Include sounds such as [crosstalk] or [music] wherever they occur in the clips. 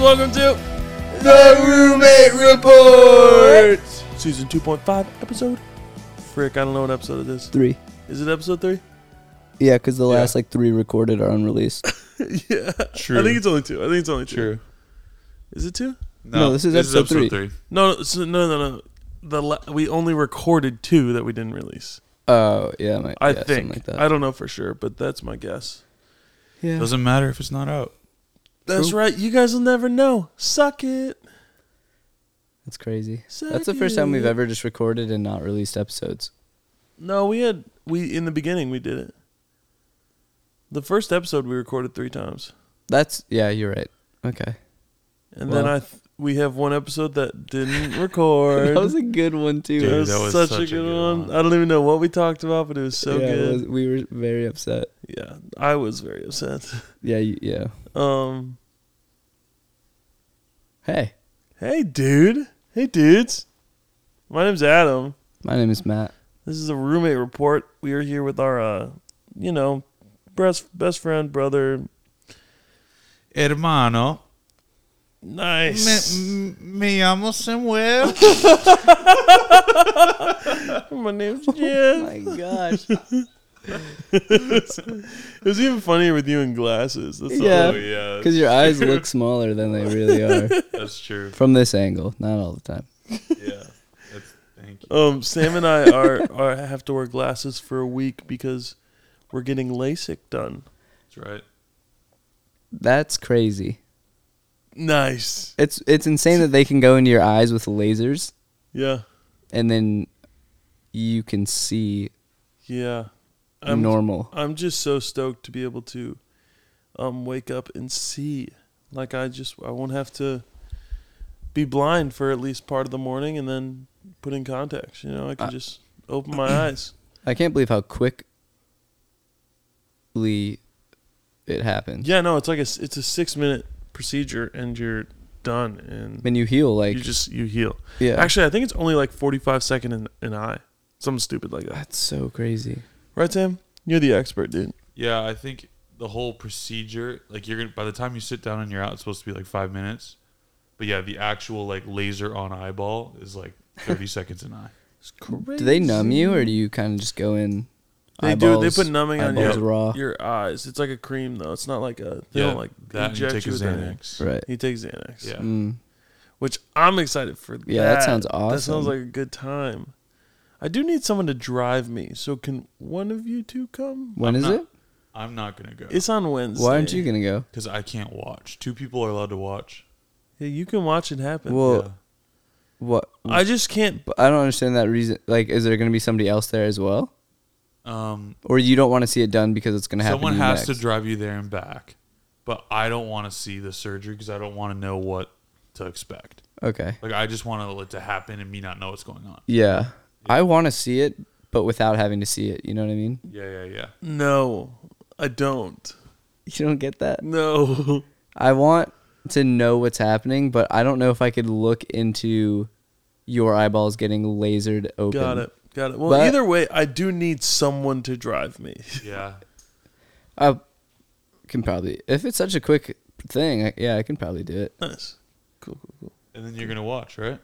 welcome to The Roommate Report! season 2.5, episode. Frick, I don't know what episode it is. Three. Is it episode three? Yeah, because the Yeah. last like three recorded [laughs] are unreleased. [laughs] yeah, True. I think it's only two. I think it's only two. True. Is it two? No, this is episode three. No, so, no, no, no. The la- we only recorded two that we didn't release. Oh yeah, my, I yeah, something think. like that. I don't know for sure, but that's my guess. yeah. Doesn't matter if it's not out. That's True. right. You guys will never know. Suck it. That's crazy. Suck That's the first time we've it. ever just recorded and not released episodes. No, we had we in the beginning we did it. The first episode we recorded three times, That's yeah, you're right. Okay, [laughs] and then Well. I th- we have one episode that [laughs] didn't record. that was a good one too. Dude, That was that was such, a good one. I don't even know what we talked about, but it was so Yeah, it good. was- we were very upset. Yeah, I was very upset. Yeah, you, yeah. Um, Hey, hey, dude. Hey, dudes. My name's Adam. my name is Matt. This is a roommate report. We are here with our, uh, you know, best best friend, brother. Hermano, Nice. me, me llamo Samuel. [laughs] My name's Jeff. Oh my [laughs] gosh. It was even funnier with you in glasses. That's all. Yeah. Oh yeah, Because your eyes look smaller than they really are [laughs] that's true. from this angle. Not all the time. Yeah, that's, thank you. Um, Sam and I [laughs] are, are have to wear glasses for a week because we're getting LASIK done. That's right. That's crazy. Nice. It's it's insane that they can go into your eyes with lasers Yeah. and then you can see Yeah. I'm normal. I'm just so stoked to be able to um wake up and see. Like I just I won't have to be blind for at least part of the morning and then put in contacts, you know? I can I- just open my eyes. I can't believe how quickly it happened. Yeah, no, it's like a s- it's a 6-minute procedure and you're done and And you heal like you just you heal. yeah. Actually, I think it's only like 45 second in an eye. Something stupid like that. that's so crazy. Right, Sam? You're the expert, dude. Yeah, I think the whole procedure, like you're gonna, by the time you sit down and you're out, it's supposed to be like five minutes. But yeah, the actual like laser on eyeball is like [laughs] thirty seconds an eye. It's crazy. Do they numb you or do you kind of just go in? They do. They eyeballs- put numbing on eyeballs your raw. your eyes. It's like a cream though. It's not like a they yeah, don't like that and you inject take a you with anything. Xanax. Right. He takes Xanax. Yeah. Mm. Which I'm excited for. Yeah, that sounds That sounds awesome. like a good time. I do need someone to drive me. So can one of you two come? When I'm is not- it? I'm not gonna go It's on Wednesday. Why aren't you gonna go? because I can't watch. Two people are allowed to watch. Yeah, you can watch it happen. Well, yeah. what? I just can't. But I don't understand that reason. Like, is there gonna be somebody else there as well, Um, or you don't want to see it done because it's gonna happen? someone to you has to next? drive you there and back, but I don't want to see the surgery because I don't want to know what to expect. Okay. Like I just want it to happen and me not know what's going on. Yeah. I want to see it, but without having to see it. You know what [laughs] I mean? Yeah, yeah, yeah. No, I don't. You don't get that? No. [laughs] I want to know what's happening, but I don't know if I could look into your eyeballs getting lasered open. Got it. Got it. Well, But- either way, I do need someone to drive me. [laughs] Yeah. I can probably, if it's such a quick thing, I, yeah, I can probably do it. nice. Cool. Cool. Cool. And then you're gonna watch, right?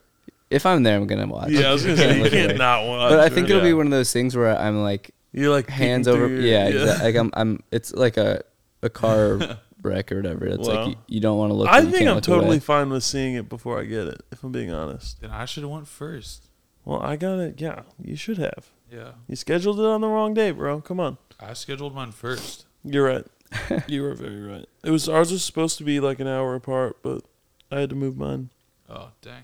If I'm there, I'm going to watch. Yeah, I [laughs] was gonna say you look can't away. not watch. But I think right? it'll be Yeah. one of those things where I'm like you're like hands peeking over. through your- Yeah, Exactly. like I'm, I'm, it's like a, a car [laughs] wreck or whatever. It's Wow. like you, you don't want to look. I but you think can't I'm look totally away. fine with seeing it before I get it. If I'm being honest. Then I should have went first. Well, I got it. Yeah, you should have. Yeah. You scheduled it on the wrong day, bro. Come on. I scheduled mine first. You're [laughs] right. you were very right. It was ours was supposed to be like an hour apart, but I had to move mine. Oh dang.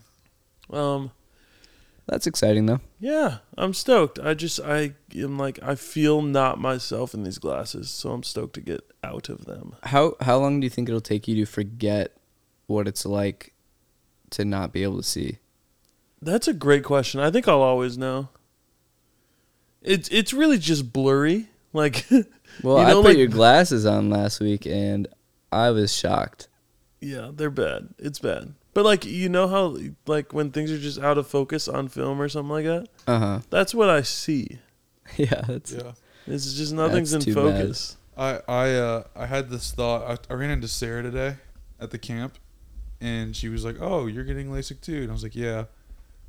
Um. That's exciting though. Yeah, I'm stoked. I just I am like I feel not myself in these glasses, so I'm stoked to get out of them. How how long do you think it'll take you to forget what it's like to not be able to see? That's a great question. I think I'll always know. It's it's really just blurry. Like [laughs] Well, You know, I put like- your glasses on last week and I was shocked. yeah, they're bad. It's bad. But like you know how like when things are just out of focus on film or something like that? Uh huh. That's what I see. [laughs] Yeah, that's It's just nothing's That's in too bad. focus. I I uh I had this thought. I, I ran into Sarah today at the camp, and she was like, "Oh, you're getting LASIK too," and I was like, "Yeah,"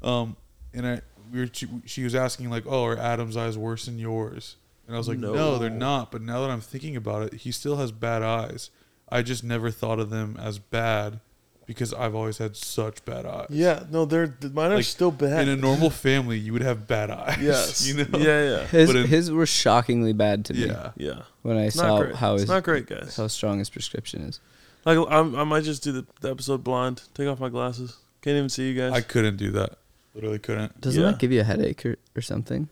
um, and I we were she, she was asking like, "Oh, are Adam's eyes worse than yours?" And I was like, no. they're No. not." But now that I'm thinking about it, he still has bad eyes. I just never thought of them as bad because I've always had such bad eyes. Yeah, no, they're th- mine are Like, still bad. In a normal family, you would have bad eyes. [laughs] yes, you know. yeah, yeah, His, But it- his were shockingly bad to me Yeah. yeah. when I It's saw not great. how it's his not great, guys. how strong his prescription is. Like I'm, I might just do the, the episode blind. Take off my glasses. Can't even see you guys. I couldn't do that. Literally couldn't. Doesn't Yeah. that give you a headache or, or something?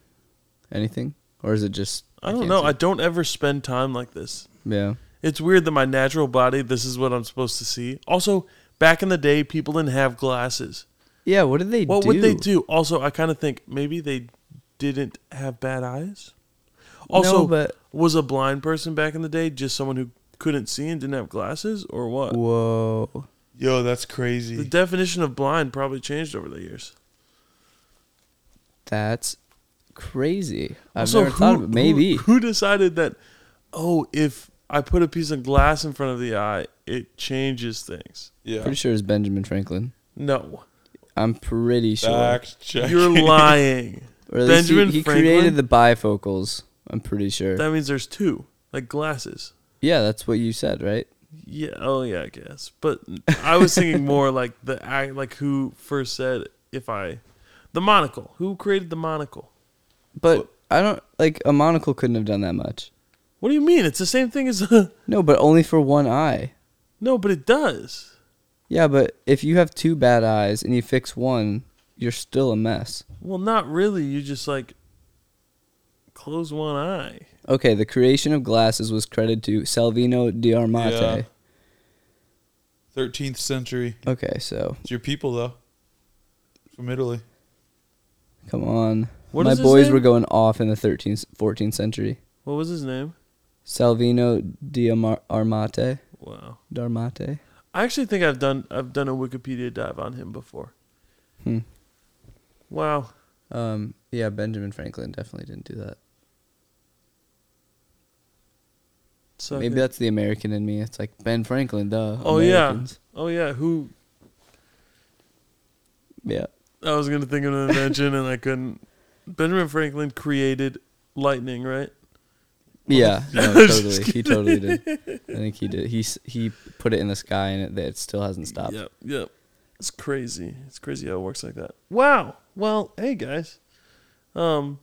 Anything? Or is it just I don't can't know. see? I don't ever spend time like this. yeah. It's weird that my natural body, this is what I'm supposed to see. Also, back in the day, people didn't have glasses. Yeah, what did they What do? would they do? Also, I kind of think maybe they didn't have bad eyes. Also, no, but was a blind person back in the day just someone who couldn't see and didn't have glasses, or what? whoa. Yo, that's The crazy. definition of blind probably changed over the years. That's crazy. I've Also, never thought of it. Maybe. Who, who decided that? Oh, if I put a piece of glass in front of the eye, it changes things. Yeah. Pretty sure it's Benjamin Franklin. No, I'm pretty sure. Fact check. [laughs] you're lying. Or at least he- Benjamin he, Franklin? created the bifocals. I'm pretty sure. That means there's two, like glasses. yeah, that's what you said, right? Yeah. Oh, yeah. I guess. But I was thinking more [laughs] like the act, like who first said if I, the monocle. Who created the monocle? But I don't like a monocle couldn't have done that much. What do you mean? It's the same thing as a. [laughs] No, but only for one eye. No, but it does. Yeah, but if you have two bad eyes and you fix one, you're still a mess. Well, not really. You just like close one eye. Okay, the creation of glasses was credited to Salvino Diarmate. 13th century. Okay, so It's your people though. From Italy. come on. What My is his boys name? were going off in the 13th, 14th century. What was his name? Salvino Diarmate. Wow. Darmate. I actually think I've done I've done a Wikipedia dive on him before. Hmm. Wow. Um, yeah, Benjamin Franklin definitely didn't do that. So Maybe that's the American in me. It's like Ben Franklin, duh. Oh, yeah. Americans. Oh yeah, who Yeah. I was gonna think of an invention and I couldn't. Benjamin Franklin created lightning, right? [laughs] Yeah, no, Just totally. He totally did. I think he did. He s- he put it in the sky, and it, it still hasn't stopped. Yep. Yep. It's crazy. It's crazy how it works like that. Wow. Well, hey guys. Um.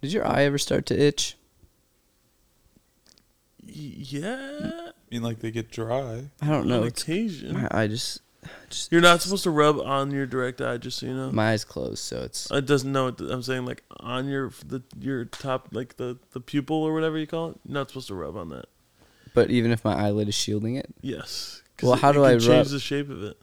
Did your eye ever start to itch? y- Yeah. I mean like they get dry. I don't know. On It's, occasion. my eye just, just You're not supposed to rub on your direct eye, just so you know. My eyes closed, so it's It doesn't know. it- I'm saying like on your the your top like the the pupil or whatever you call it. You're not supposed to rub on that. but even if my eyelid is shielding it, Yes. 'Cause Well, it- how it do can I change rub? the shape of it?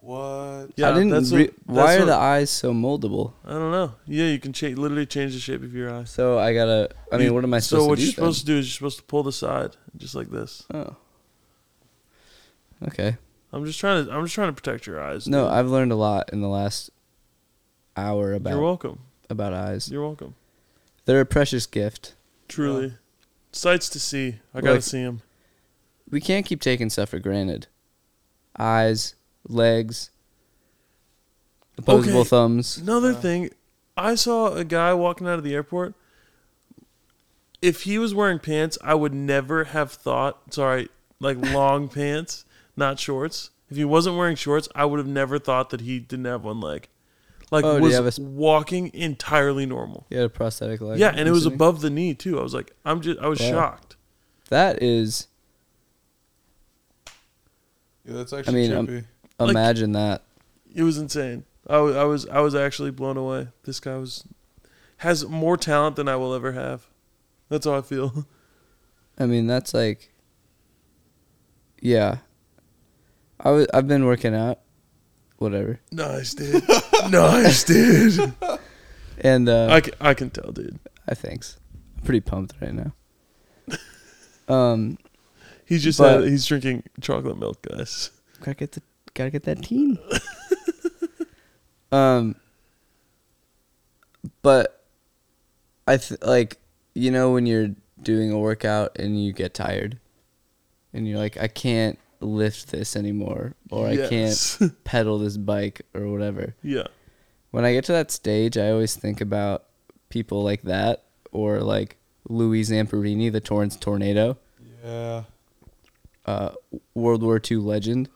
What? Yeah, I didn't. that's re- what- why that's are the what- eyes so moldable? I don't know. Yeah, you can cha- literally change the shape of your eyes. So I gotta. I mean, You- what am I supposed So what to you're do? supposed to do is you're supposed to pull the side just like this. then? Oh. Okay. I'm just trying to. I'm just trying to protect your eyes. No, dude. I've learned a lot in the last hour You're about welcome. about eyes. You're welcome. They're a precious gift. Truly, sights to see. I gotta Like- see them. We can't keep taking stuff for granted. Eyes, legs, opposable Okay. thumbs. Another Yeah. thing, I saw a guy walking out of the airport. If he was wearing pants, I would never have thought. Sorry, [laughs] like long pants, not shorts. If he wasn't wearing shorts, I would have never thought that he didn't have one leg. Like Oh, do you was have a sp- walking entirely normal. You had a prosthetic leg. yeah, and it I'm was assuming? above the knee too. I was like, I'm just, I was Wow. shocked. That is. Yeah, that's actually mean, um, trippy. Like- Imagine that. It was insane. I was, I was, I was actually blown away. This guy was has more talent than I will ever have. That's how I feel. [laughs] I mean, that's like, yeah. I w- I've been working out, whatever, Nice, dude. [laughs] nice, dude. and uh, I can, I can tell, dude. I thanks. I'm pretty pumped right now. [laughs] um, He's just But- had, he's drinking chocolate milk, guys. [laughs] gotta get the gotta get that team. [laughs] um, but I th- like you know when you're doing a workout and you get tired, and you're like, I can't lift this anymore or I can't Yes. pedal this bike or whatever. yeah. When I get to that stage, I always think about people like that or like Louis Zamperini, the Torrance Tornado, Yeah. uh, World War II legend.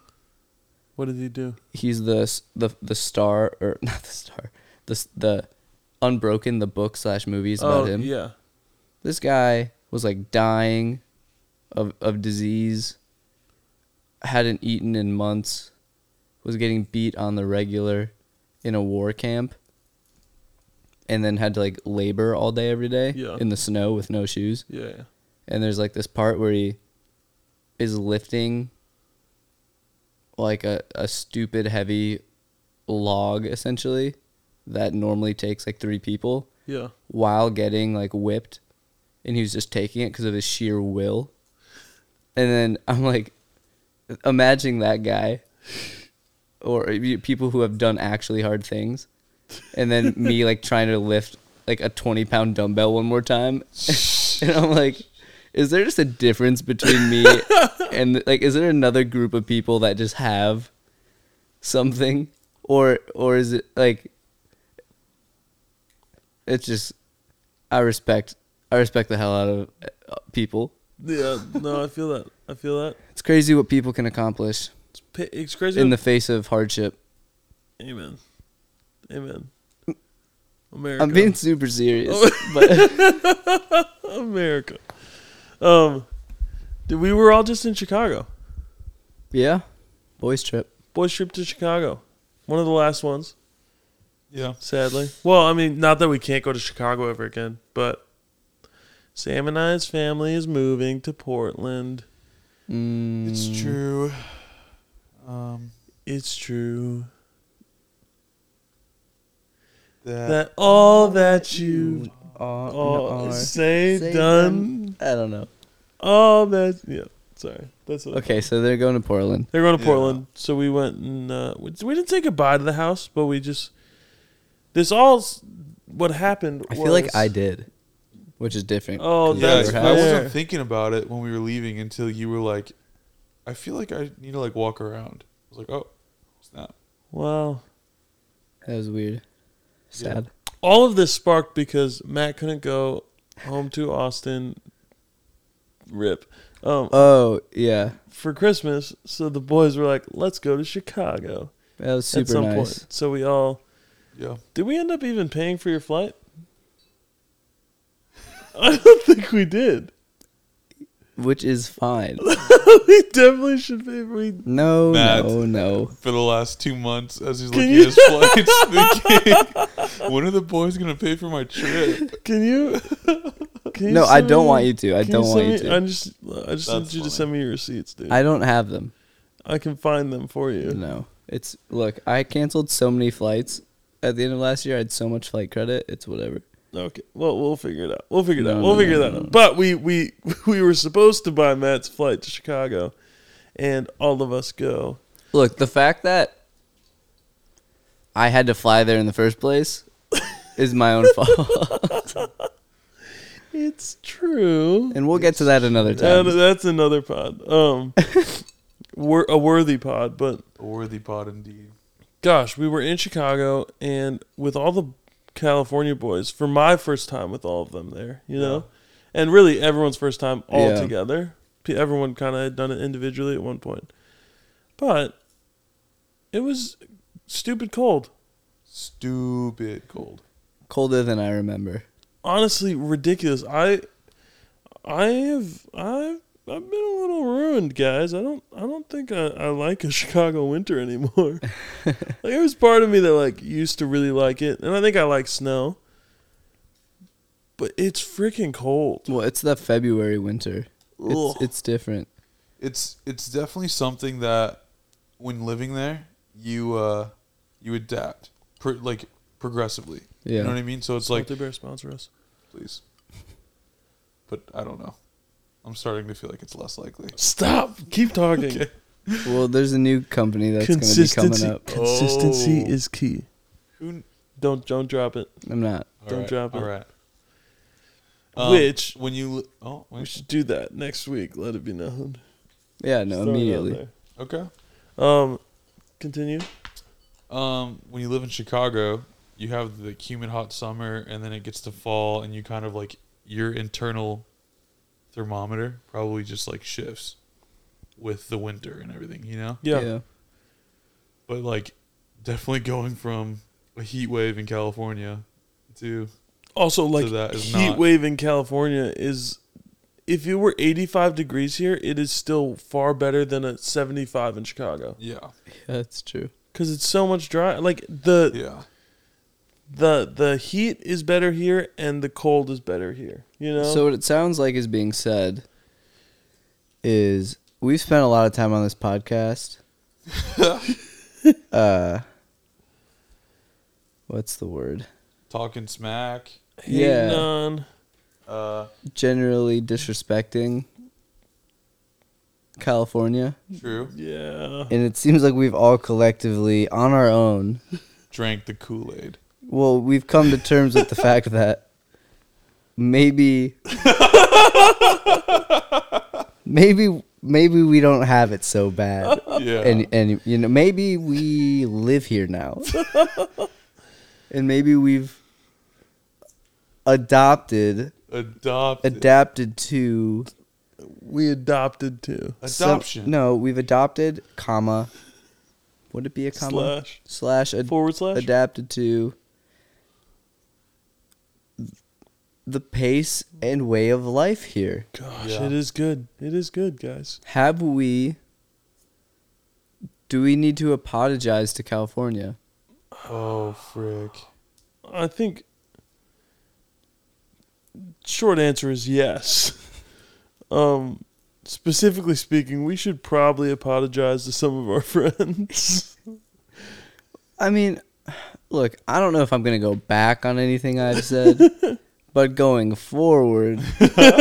What did he do? He's the s- the the star or [laughs] not the star, the s- the Unbroken, the book slash movies about oh, him. yeah. this guy was like dying of of disease hadn't eaten in months was getting beat on the regular in a war camp and then had to like labor all day every day Yeah. in the snow with no shoes Yeah. yeah. and there's like this part where he is lifting like a, a stupid heavy log essentially that normally takes like three people Yeah. while getting like whipped and he was just taking it because of his sheer will and then i'm like imagining that guy or you- people who have done actually hard things and then me like trying to lift like a 20 pound dumbbell one more time and i'm like is there just a difference between me and like is there another group of people that just have something or or is it like it's just I respect I respect the hell out of uh, people. Yeah. No, I feel that. I feel that. It's crazy what people can accomplish It's, pa- it's crazy. in the face of hardship. [laughs] Amen. Amen. America. [laughs] I'm being super serious, Oh. but [laughs] America. Um, dude, we were all just in Chicago. yeah, boys trip. Boys trip to Chicago. One of the last ones, Yeah. sadly. Well, I mean, not that we can't go to Chicago ever again, but Sam and I's family is moving to Portland. Mm, It's true. Um, It's true that, that all that you Aw, all Uh, no, Oh, say, Say, done, I don't know. all that. Yeah, sorry. That's what- Okay, so they're going to Portland. They're going to Yeah. Portland, so we went and uh, we, we didn't say goodbye to the house, but we just this all s- what happened. I feel like was- I did, which is different. Oh, 'cause yeah, that's your I house. fair. wasn't thinking about it when we were leaving until you were like, I feel like I need to like walk around. I was like, oh, snap. Wow, that was weird. Sad. all of this sparked because Matt couldn't go home to Austin. Rip. Um, Oh yeah, for Christmas, so the boys were like, "Let's go to Chicago that was at super some nice. point." So we all Yeah. did. We end up even paying for your [laughs] flight. I don't think we did. [laughs] Which is fine. we definitely should pay. We No, Matt. no, no. For the last two months, as he's Can looking you- at his flights, thinking, [laughs] when are the boys going to pay for my trip? Can you? [laughs] Can No, I send don't me- want you to. I can don't want send you me- to. I just, I just need That's you to funny. send me your receipts, dude. I, I don't have them. can find them for you. No. It's look, I canceled so many flights at the end of last year. I had so much flight credit. It's whatever. Okay. Well, we'll figure it out. We'll figure it No, out. no, We'll no, figure no, that no, out. no. But we, we, [laughs] we were supposed to buy Matt's flight to Chicago, and all of us go. Look, the fact that I had to fly there in the first [laughs] place is my own fault. It's true. and we'll get to that another That- time. that's another pod. [laughs] Um, wor- a worthy pod, but A worthy pot indeed. gosh, we were in Chicago and with all the California boys for my first time with all of them there, you know, and really everyone's first time all Yeah. together. P- Everyone kind of had done it individually at one point, but it was stupid cold. Stupid cold. Colder than I remember. Honestly, ridiculous. I, I have I've I've been a little ruined, guys. I don't I don't think I, I like a [laughs] Chicago winter [laughs] anymore. like there was part of me that like used to really like it, and I think I like snow. But it's freaking cold. Well, it's the February winter. Ugh. It's, it's different. It's it's definitely something that when living there, you uh you adapt pr- like progressively. Yeah. You know what I mean? So it's Like like the bear sponsor us. please. But I don't know. I'm starting to feel like it's less likely. Stop. Keep talking. Okay. Well, there's a new company that's going to be coming Consistency. up. Consistency Oh. is key. Who kn- Don't don't drop it. I'm not. Don't drop it. All right. Which- when you li- oh We wait. should do that next week. Let it be known. Yeah, no, Just throwing it out immediately. there. Okay. Um, continue. Um, when you live in Chicago, you have the humid, hot summer, and then it gets to fall, and you kind of like your internal thermometer probably just like shifts with the winter and everything, you know? Yeah. But like, definitely going from a heat wave in California to Also, like that is heat not- wave in California is, if it were 85 degrees here, it is still far better than a 75 in Chicago yeah, that's true. because it's so much dry. Like the [laughs] yeah, the the heat is better here and the cold is better here. You know. So what it sounds like is being said is we've spent a lot of time on this podcast. uh, what's the word? talking smack, Hating yeah. on- uh, Generally disrespecting California, true, yeah. and it seems like we've all collectively, on our own, drank the Kool Aid. well, we've come to terms with the fact that maybe, maybe, maybe we don't have it so bad. Yeah, [laughs] and and you know maybe we live here now and maybe we've adopted adopted adapted to we adopted too. some- adoption. no we've adopted comma would it be a comma Slash slash, ad- forward slash. adapted to the pace and way of life here Gosh, Yeah. it is good. It is good, guys. have we do we need to apologize to california Oh frick! I think. Short answer is yes. [laughs] Um, specifically speaking, we should probably apologize to some of our [laughs] friends. I mean, look, I don't know if I'm going to go back on anything [laughs] I've said, but going forward, we can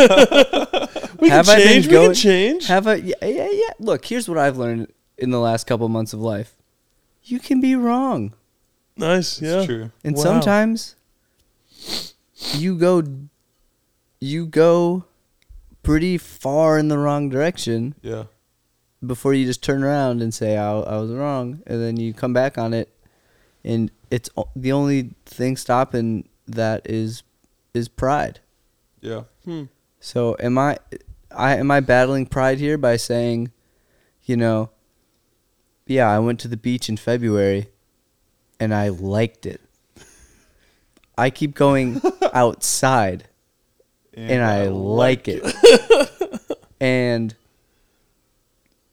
Have I been change. We going- can change. have a yeah, yeah, yeah. Look, here's what I've learned in the last couple months of life. You can be wrong. nice. It's Yeah. true. And Wow. sometimes you go you go pretty far in the wrong direction Yeah, before you just turn around and say I, I was wrong and then you come back on it and it's o- the only thing stopping that is is pride yeah. Hmm. So am I, I am I battling pride here by saying, you know, yeah, I went to the beach in February, and I liked it. I keep going outside, and I like it, [laughs] and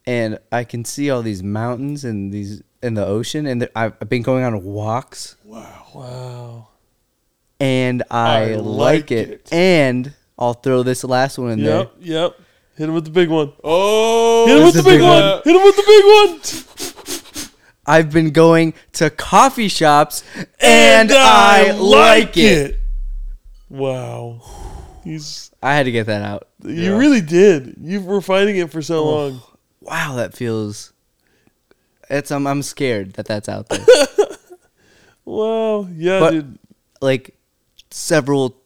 and I can see all these mountains and these and the ocean, and the, I've been going on walks Wow. Wow. and I, I like, like it. it. and I'll throw this last one in there. Yep. Yep. Hit him with the big one. Oh, Hit him with the is big big one. one. Hit him with the big one. I've been going to coffee shops and, I, like it. Wow. He's. I had to get that out. You Yeah. really did. You were fighting it for so Oh. long. Wow, that feels. It's I'm I'm scared that that's out there. [laughs] Wow. Yeah, But- dude. like several,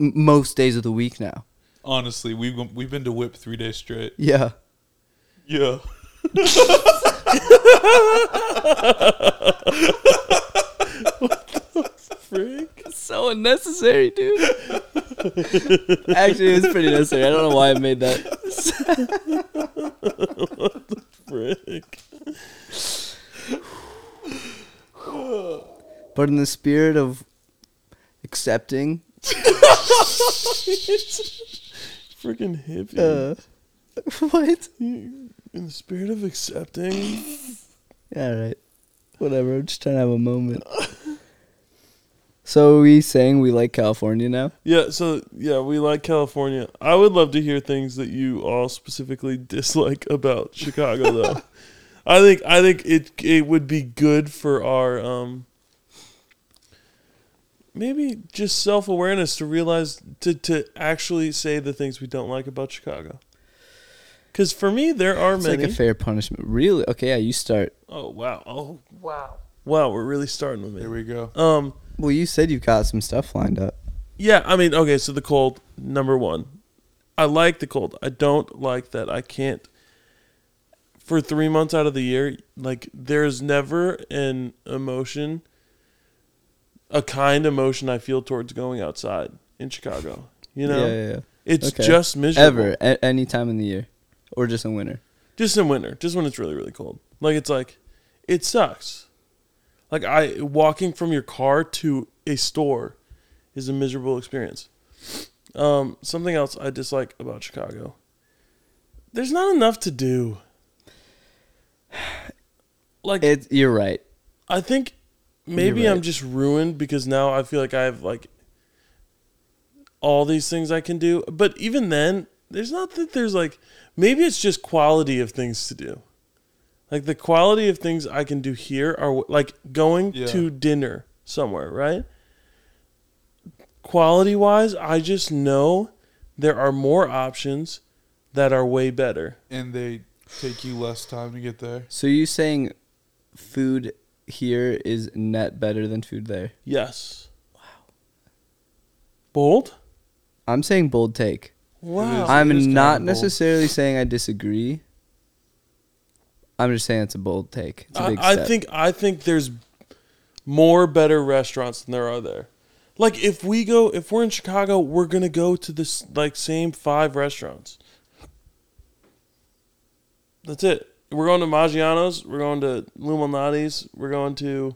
m- most days of the week now. Honestly, we've been- we've been to whip three days straight. Yeah. Yeah. Frick. So unnecessary, dude. Actually, it was pretty necessary. I don't know why I made that. Frick. But in the spirit of accepting, Freaking hippie. uh, [laughs] what? You- In the spirit of accepting. All right. Whatever. I'm just trying to have a moment. so are we saying we like California now? Yeah, so yeah, we like California. I would love to hear things that you all specifically [laughs] dislike about Chicago [laughs] though. I think I think it it would be good for our um maybe just self-awareness to realize to to actually say the things we don't like about Chicago. Cuz for me there are It's many like a fair punishment. Really? Okay, yeah, you start. Oh wow. Oh wow. Wow, we're really starting with There me. we go. Um Well, you said you've got some stuff lined up. Yeah, I mean, okay, so the cold, number one. I like the cold. I don't like that I can't for three months out of the year, like there's never an emotion, a kind emotion I feel towards going outside in Chicago. You know, yeah, yeah, yeah. it's Okay. just miserable. ever at any time in the year, or just in winter. Just in winter, just when it's really really cold. Like it's like, it sucks. Like I walking from your car to a store is a miserable experience. Um, something else I dislike about Chicago. There's not enough to do. [sighs] Like It, you're right. I think maybe You're right. I'm just ruined because now I feel like I have like all these things I can do. But even then, there's not that there's like maybe it's just quality of things to do. Like the quality of things I can do here are like going Yeah. to dinner somewhere, right? Quality wise, I just know there are more options that are way better. and they take you less time to get there. So you saying food here is net better than food there? Yes. Wow. Bold? I'm saying bold take. Wow. It is I'm kinda not bold. necessarily saying I disagree. I'm just saying it's a bold take. It's a I, big I step. think I think there's more better restaurants than there are there. Like if we go if we're in Chicago, we're gonna go to this like same five restaurants. That's it. We're going to Maggiano's, we're going to Luminati's, we're going to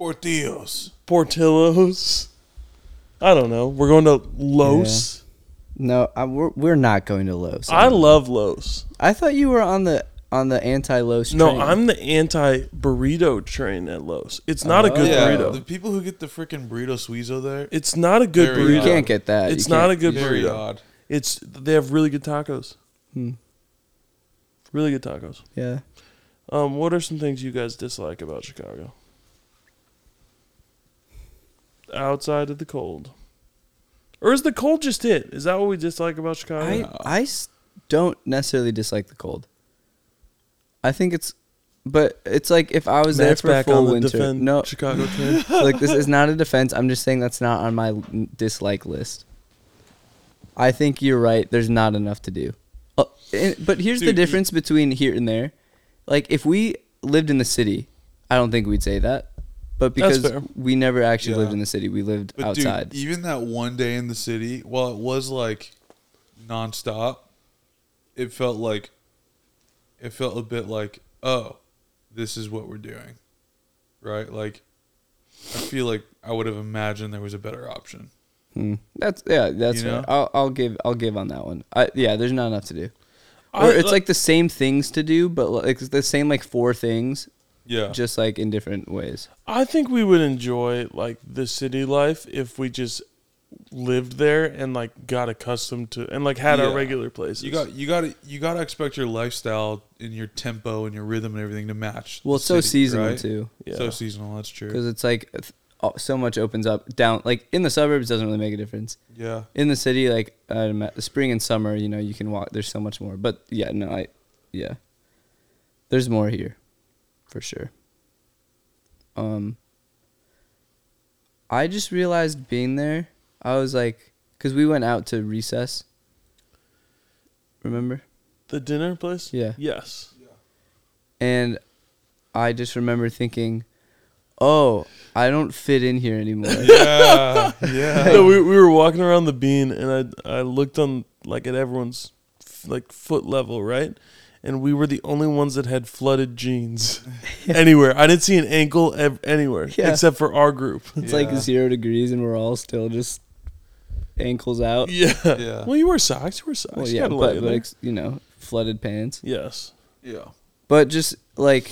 Portillos. Portillo's. I don't know. We're going to Los. no, I, we're we're not going to Lowe's. I love Los. I thought you were on the on the anti Lowe's. No, I'm the anti burrito train at Los. It's not a Oh. good yeah, burrito. the people who get the freaking burrito suizo there, It's not a good Very uh, burrito. You can't get that. It's You not a good can't- very burrito. odd. It's they have really good tacos. Hmm. Really good tacos. Yeah. Um, what are some things you guys dislike about Chicago? Outside of the cold, or is the cold just it? Is that what we dislike about Chicago? I I s- don't necessarily dislike the cold. I think it's, but it's like if I was Matt's there for a back full on the winter. defend no, [laughs] Chicago train. like this is not a defense. I'm just saying that's not on my l- dislike list. I think you're right. There's not enough to do. Uh, and- but here's the Dude, you- difference between here and there. Like if we lived in the city, I don't think we'd say that. But That's because fair. we never actually Yeah. lived in the city, we lived But outside. dude, even that one day in the city, while it was like nonstop, it felt like it felt a bit like, oh, this is what we're doing, right? Like, I feel like I would have imagined there was a better option. Hmm. That's yeah. That's You know? fair. I'll I'll give I'll give on that one. I, yeah, there's not enough to do. I- uh, Or it's like the same things to do, but like it's the same like four things, Yeah, just like in different ways. I think we would enjoy like the city life if we just lived there and like got accustomed to and like had our Yeah. regular places. you got you got to you got to expect your lifestyle and your tempo and your rhythm and everything to match. Well, the it's so city, seasonal right? too, yeah. So seasonal. That's true. because it's like th- oh, so much opens up down. Like in the suburbs, doesn't really make a difference. Yeah. In the city, like uh, ma- spring and summer, you know, you can walk. There's so much more. But yeah, no, I yeah, there's more here, for sure. Um, I just realized being there, I was like, because we went out to recess. Remember? the dinner place. Yeah. Yes. And I just remember thinking, oh, I don't fit in here anymore. [laughs] Yeah. yeah. no, we, we were walking around the bean, and I I looked on like at everyone's f- like foot level, right? And we were the only ones that had flooded [laughs] jeans anywhere. I didn't see an ankle ev- anywhere Yeah. except for our [laughs] group. It's like Yeah. zero degrees, and we're all still just ankles [laughs] out. yeah. Yeah. Well, you wear socks. You wear socks. Well, You yeah, gotta eh? lay but, it but in. ex- you know, flooded pants. yes. Yeah. But just like,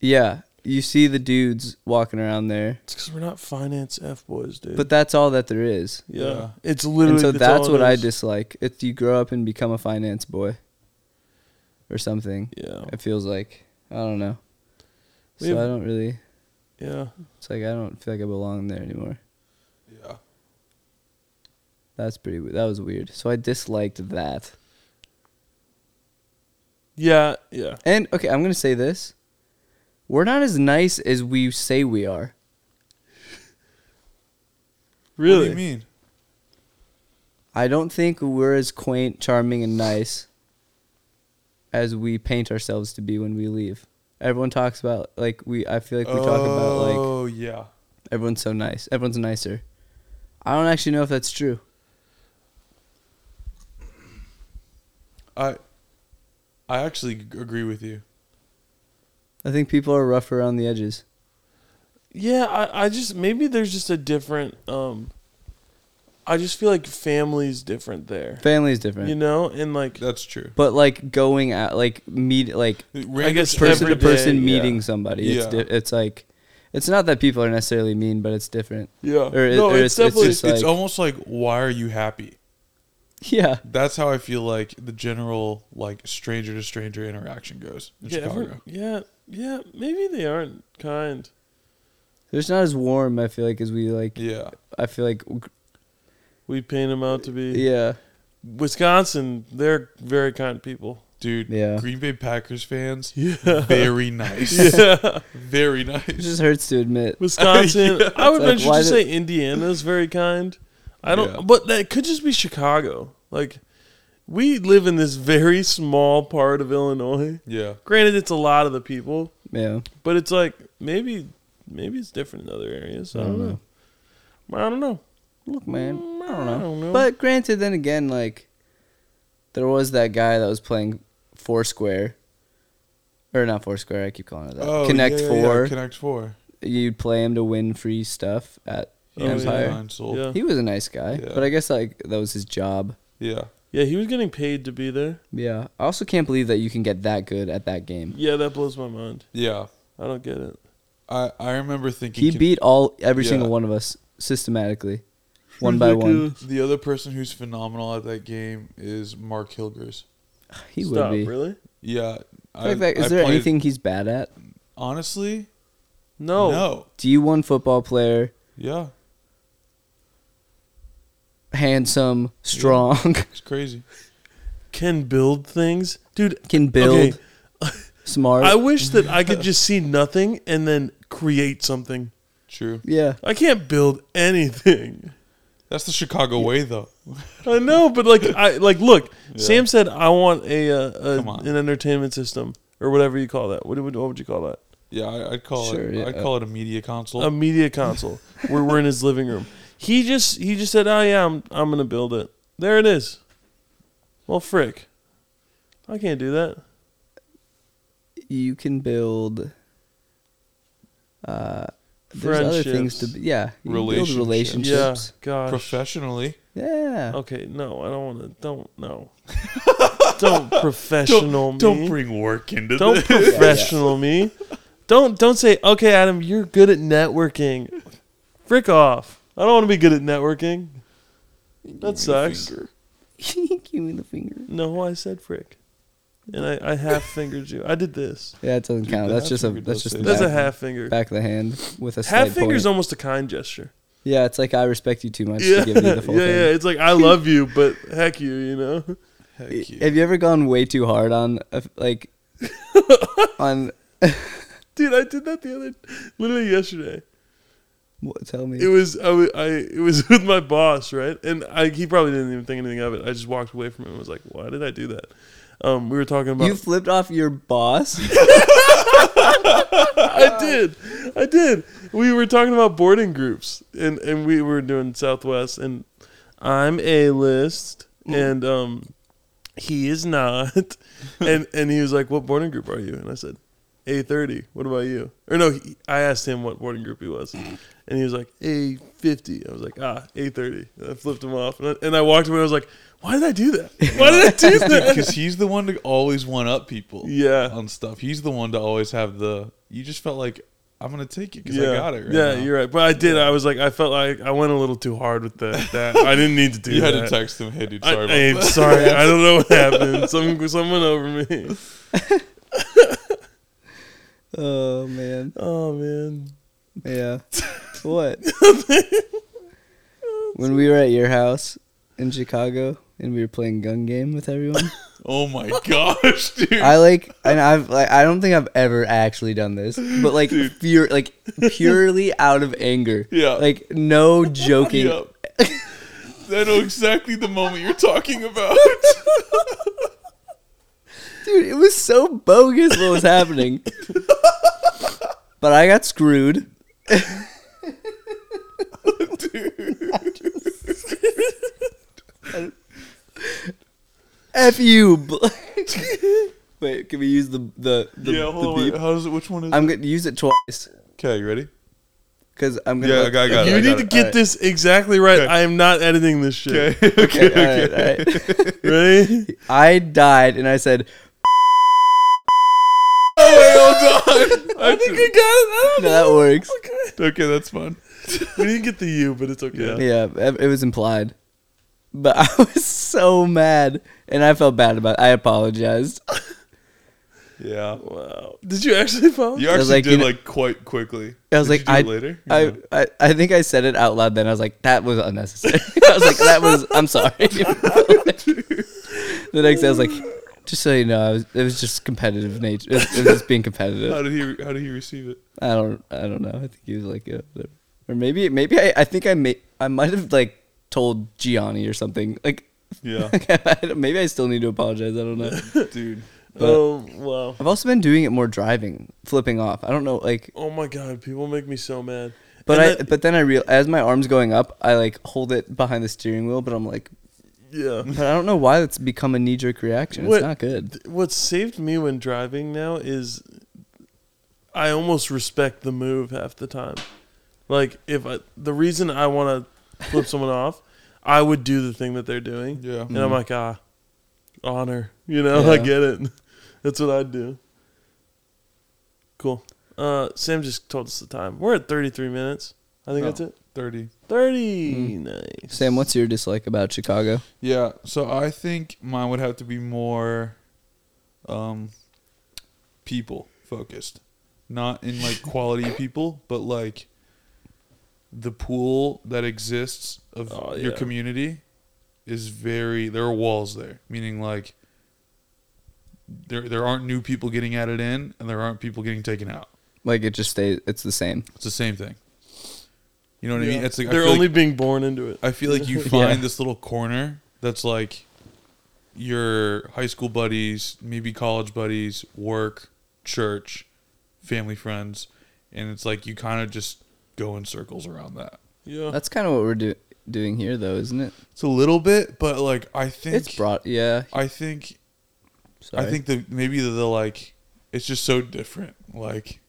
yeah, you see the dudes walking around there, It's because we're not finance f boys, dude. but that's all that there is. yeah. Yeah. it's literally. and so all that's it what I is. dislike. If you grow up and become a finance boy, or something, Yeah. it feels like I don't know. We So have- I don't really. Yeah. It's like I don't feel like I belong there anymore. Yeah. That's pretty. we- That was weird. So I disliked that. Yeah. Yeah. And okay, I'm gonna say this: we're not as nice as we say we are. Really. What do you mean? I don't think we're as quaint, charming, and nice as we paint ourselves to be when we leave. Everyone talks about like we. I feel like we talk about like Oh yeah. everyone's so nice. Everyone's nicer. I don't actually know if that's true. I I actually g- agree with you. I think people are rough around the edges. Yeah, I, I just maybe there's just a different um I just feel like family's different there. Family's different, You know, and like That's true. but like going out, like meet, like I guess person to every day, person yeah. meeting somebody. It's Yeah. di- it's like, it's not that people are necessarily mean, but it's different. yeah. Or it- no, it's, or it's- it's definitely just uh, it's like- almost like why are you happy? [laughs] Yeah, That's how I feel like the general like stranger to stranger interaction goes in yeah, Chicago. every- yeah, yeah, maybe they aren't kind. there's not as warm. I feel like as we like. yeah. I feel like We paint them out to be yeah. Wisconsin, they're very kind [laughs] people. [laughs] Dude, Yeah. Green Bay Packers fans Yeah. [laughs] very nice. yeah. Very It nice. just hurts to admit. Wisconsin. I would It's like, venture why to did- say Indiana's very kind. I don't, Yeah. but that could just be Chicago. Like, we live in this very small part of Illinois. Yeah. Granted, it's a lot of the people, Yeah, but it's like maybe, maybe it's different in other areas. I don't, know. I don't know. Look, man, I don't I know. don't know. But granted, then again, like there was that guy that was playing Foursquare, or not Foursquare. I keep calling it that. Uh, Connect Oh, yeah, yeah, Four. Yeah, Connect Four. You'd play him to win free stuff at He was Empire. a Oh, Yeah. He was a nice guy, Oh, Yeah. but I guess like that was his job. Yeah. Yeah, he was getting paid to be there. Yeah. I also can't believe that you can get that good at that game. Yeah, that blows my mind. Yeah. I don't get it. I, I remember thinking He Con- beat all every Yeah. single one of us [laughs] systematically, one by one. the other person who's phenomenal at that game is Mark Hilgers. He Stop, would be. Really? Yeah. I feel like that- Is I there played- anything he's bad at? honestly? No. No. D1 football player, Yeah. handsome, strong, [laughs] It's crazy. Can build things, dude. can build, Okay. smart. I wish that I could just see nothing and then create something. True. yeah. I can't build anything. That's the Chicago way though. I know, but like I like look. Yeah. Sam said I want a, uh Come a on. an entertainment system or whatever you call that. What would what would you call that? Yeah, I, I'd call Sure, it yeah. I'd call it a media console. A media console. where we're in his living room. He just he just said, "Oh yeah, I'm I'm gonna build it." There it is. Well, frick. I can't do that. You can build. Uh, there's other things to Friendships. be, yeah. You can build Yeah, Relationships. relationships. gosh. Professionally. Yeah. [laughs] Okay, no, I don't want to. Don't [laughs] no. don't professional me. bring work into [laughs] don't professional me. Don't don't say okay, Adam. You're good at networking. Frick off. I don't want to be good at networking. That sucks. Give me the finger. No, I said frick, and I, I half fingered you. I did this. Yeah, it doesn't Dude, count. the That's half just a finger that's does just say the that. That's a back, half finger. back of the hand with a Half slight finger is point. almost a kind gesture. Yeah, it's like I respect you too much Yeah, to yeah, give [laughs] you yeah. the [laughs] full thing. It's like I love you, but heck you, you know. [laughs] Heck yeah. Have you ever gone way too hard on a- like on? Dude, I did that the other, literally yesterday. What, tell me. It was I, wa- I it was [laughs] with my boss, right? And I, he probably didn't even think anything of it. I just walked away from him and was like, "Why did I do that?" Um, we were talking about. you flipped off your boss. I did, I did. We were talking about boarding groups, and and we were doing Southwest, and I'm a list, and um, he is not, and and he was like, "What boarding group are you?" And I said, "A thirty. What about you?" Or no, he, I asked him what boarding group he was, and he was like, "A 50 I was like, "Ah, A 30 I flipped him off, and I, and I walked away. I was like, "Why did I do that? Why did I do that?" [laughs] Because he's the one to always one up people yeah, on stuff. He's the one to always have the. You just felt like I'm gonna take it because yeah, I got it. Right yeah, now." you're right. But I did. I was like, I felt like I went a little too hard with that. That I didn't need to do. You had that. to text him, hey dude, I, sorry about I'm [laughs] that. sorry. I don't [laughs] know what happened. Some someone over me. oh man. Oh man. Yeah. what? when we were at your house in Chicago and we were playing gun game with everyone, Oh my gosh, dude. I like and I've like I don't think I've ever actually done this, but like Dude. fear, like purely out of anger. Yeah. Like no joking. [laughs] Yup. [laughs] I know exactly the moment you're talking about. Dude, it was so bogus what was [laughs] happening. but I got screwed. [laughs] F you. bl- [laughs] Wait, can we use the the, the, yeah, the hold on. beep? Wait, how's it, which one is I'm gonna use it twice Okay, you ready? because I'm gonna. Yeah, let- I got- I got it, you I need got to it. get Alright. this exactly right. Okay. I am not editing this shit. [laughs] okay, okay. [laughs] Okay, alright, [laughs] alright. Ready? [laughs] I died and I said, Oh, wait, hold [laughs] on. I think we got it. I don't no, that know. works. [laughs] okay, that's fun. We didn't get the U, but it's okay. Yeah, ev- it was implied. But [laughs] I was so mad and I felt bad about it. I apologized. Yeah. Wow. Did you actually follow? You I actually was like, did you know- like quite quickly. I was like, Did you do I, it later. I, I, I think I said it out loud then. I was like, that was unnecessary. [laughs] I was like, that was, I'm sorry. [laughs] the next day, I was like, just so you know, I was, it was just competitive nature. It was, it was just being how [laughs] competitive. did he? How did he receive it? I don't, I don't know. I think he was like, yeah, whatever. or maybe, maybe I, I think I may, I might have like told Gianni or something. [laughs] Like, Yeah, maybe I still need to apologize. I don't know. [laughs] dude. Oh wow. I've also been doing it more driving, flipping off. I don't know, like, Oh my god, people make me so mad. but And I, that- but then I real as my arms going up, I like hold it behind the steering wheel, but I'm like, yeah. but I don't know why that's become a knee jerk reaction. What- It's not good. Th- What saved me when driving now is I almost respect the move half the time. Like if I, the reason I want to [laughs] flip someone off, I would do the thing that they're doing, Yeah. and I'm like, ah, honor. You know, I Yeah. get it. [laughs] That's what I'd do. Cool. Uh, Sam just told us the time. We're at 33 minutes. I think No. that's it. Thirty. 30. Mm-hmm. Nice. Sam, what's your dislike about Chicago? Yeah. So I think mine would have to be more, um, people focused, not [laughs] in like quality of people, but like the pool that exists of Oh, your yeah. community is very. There are walls there, meaning like there there aren't new people getting added in, and there aren't people getting taken out. Like it just stays, it's the same. It's the same thing. You know what I Yeah. mean? It's like I They're feel only Like, being born into it. I [laughs] feel like you [laughs] Yeah. find this little corner that's like your high school buddies, maybe college buddies, work, church, family friends, and it's like you kind of just go in circles around that. yeah. That's kind of what we're do- doing here, though, isn't it? It's a little bit, but like I think It's brought, yeah. I think Sorry. I think the maybe the, the like it's just so different, like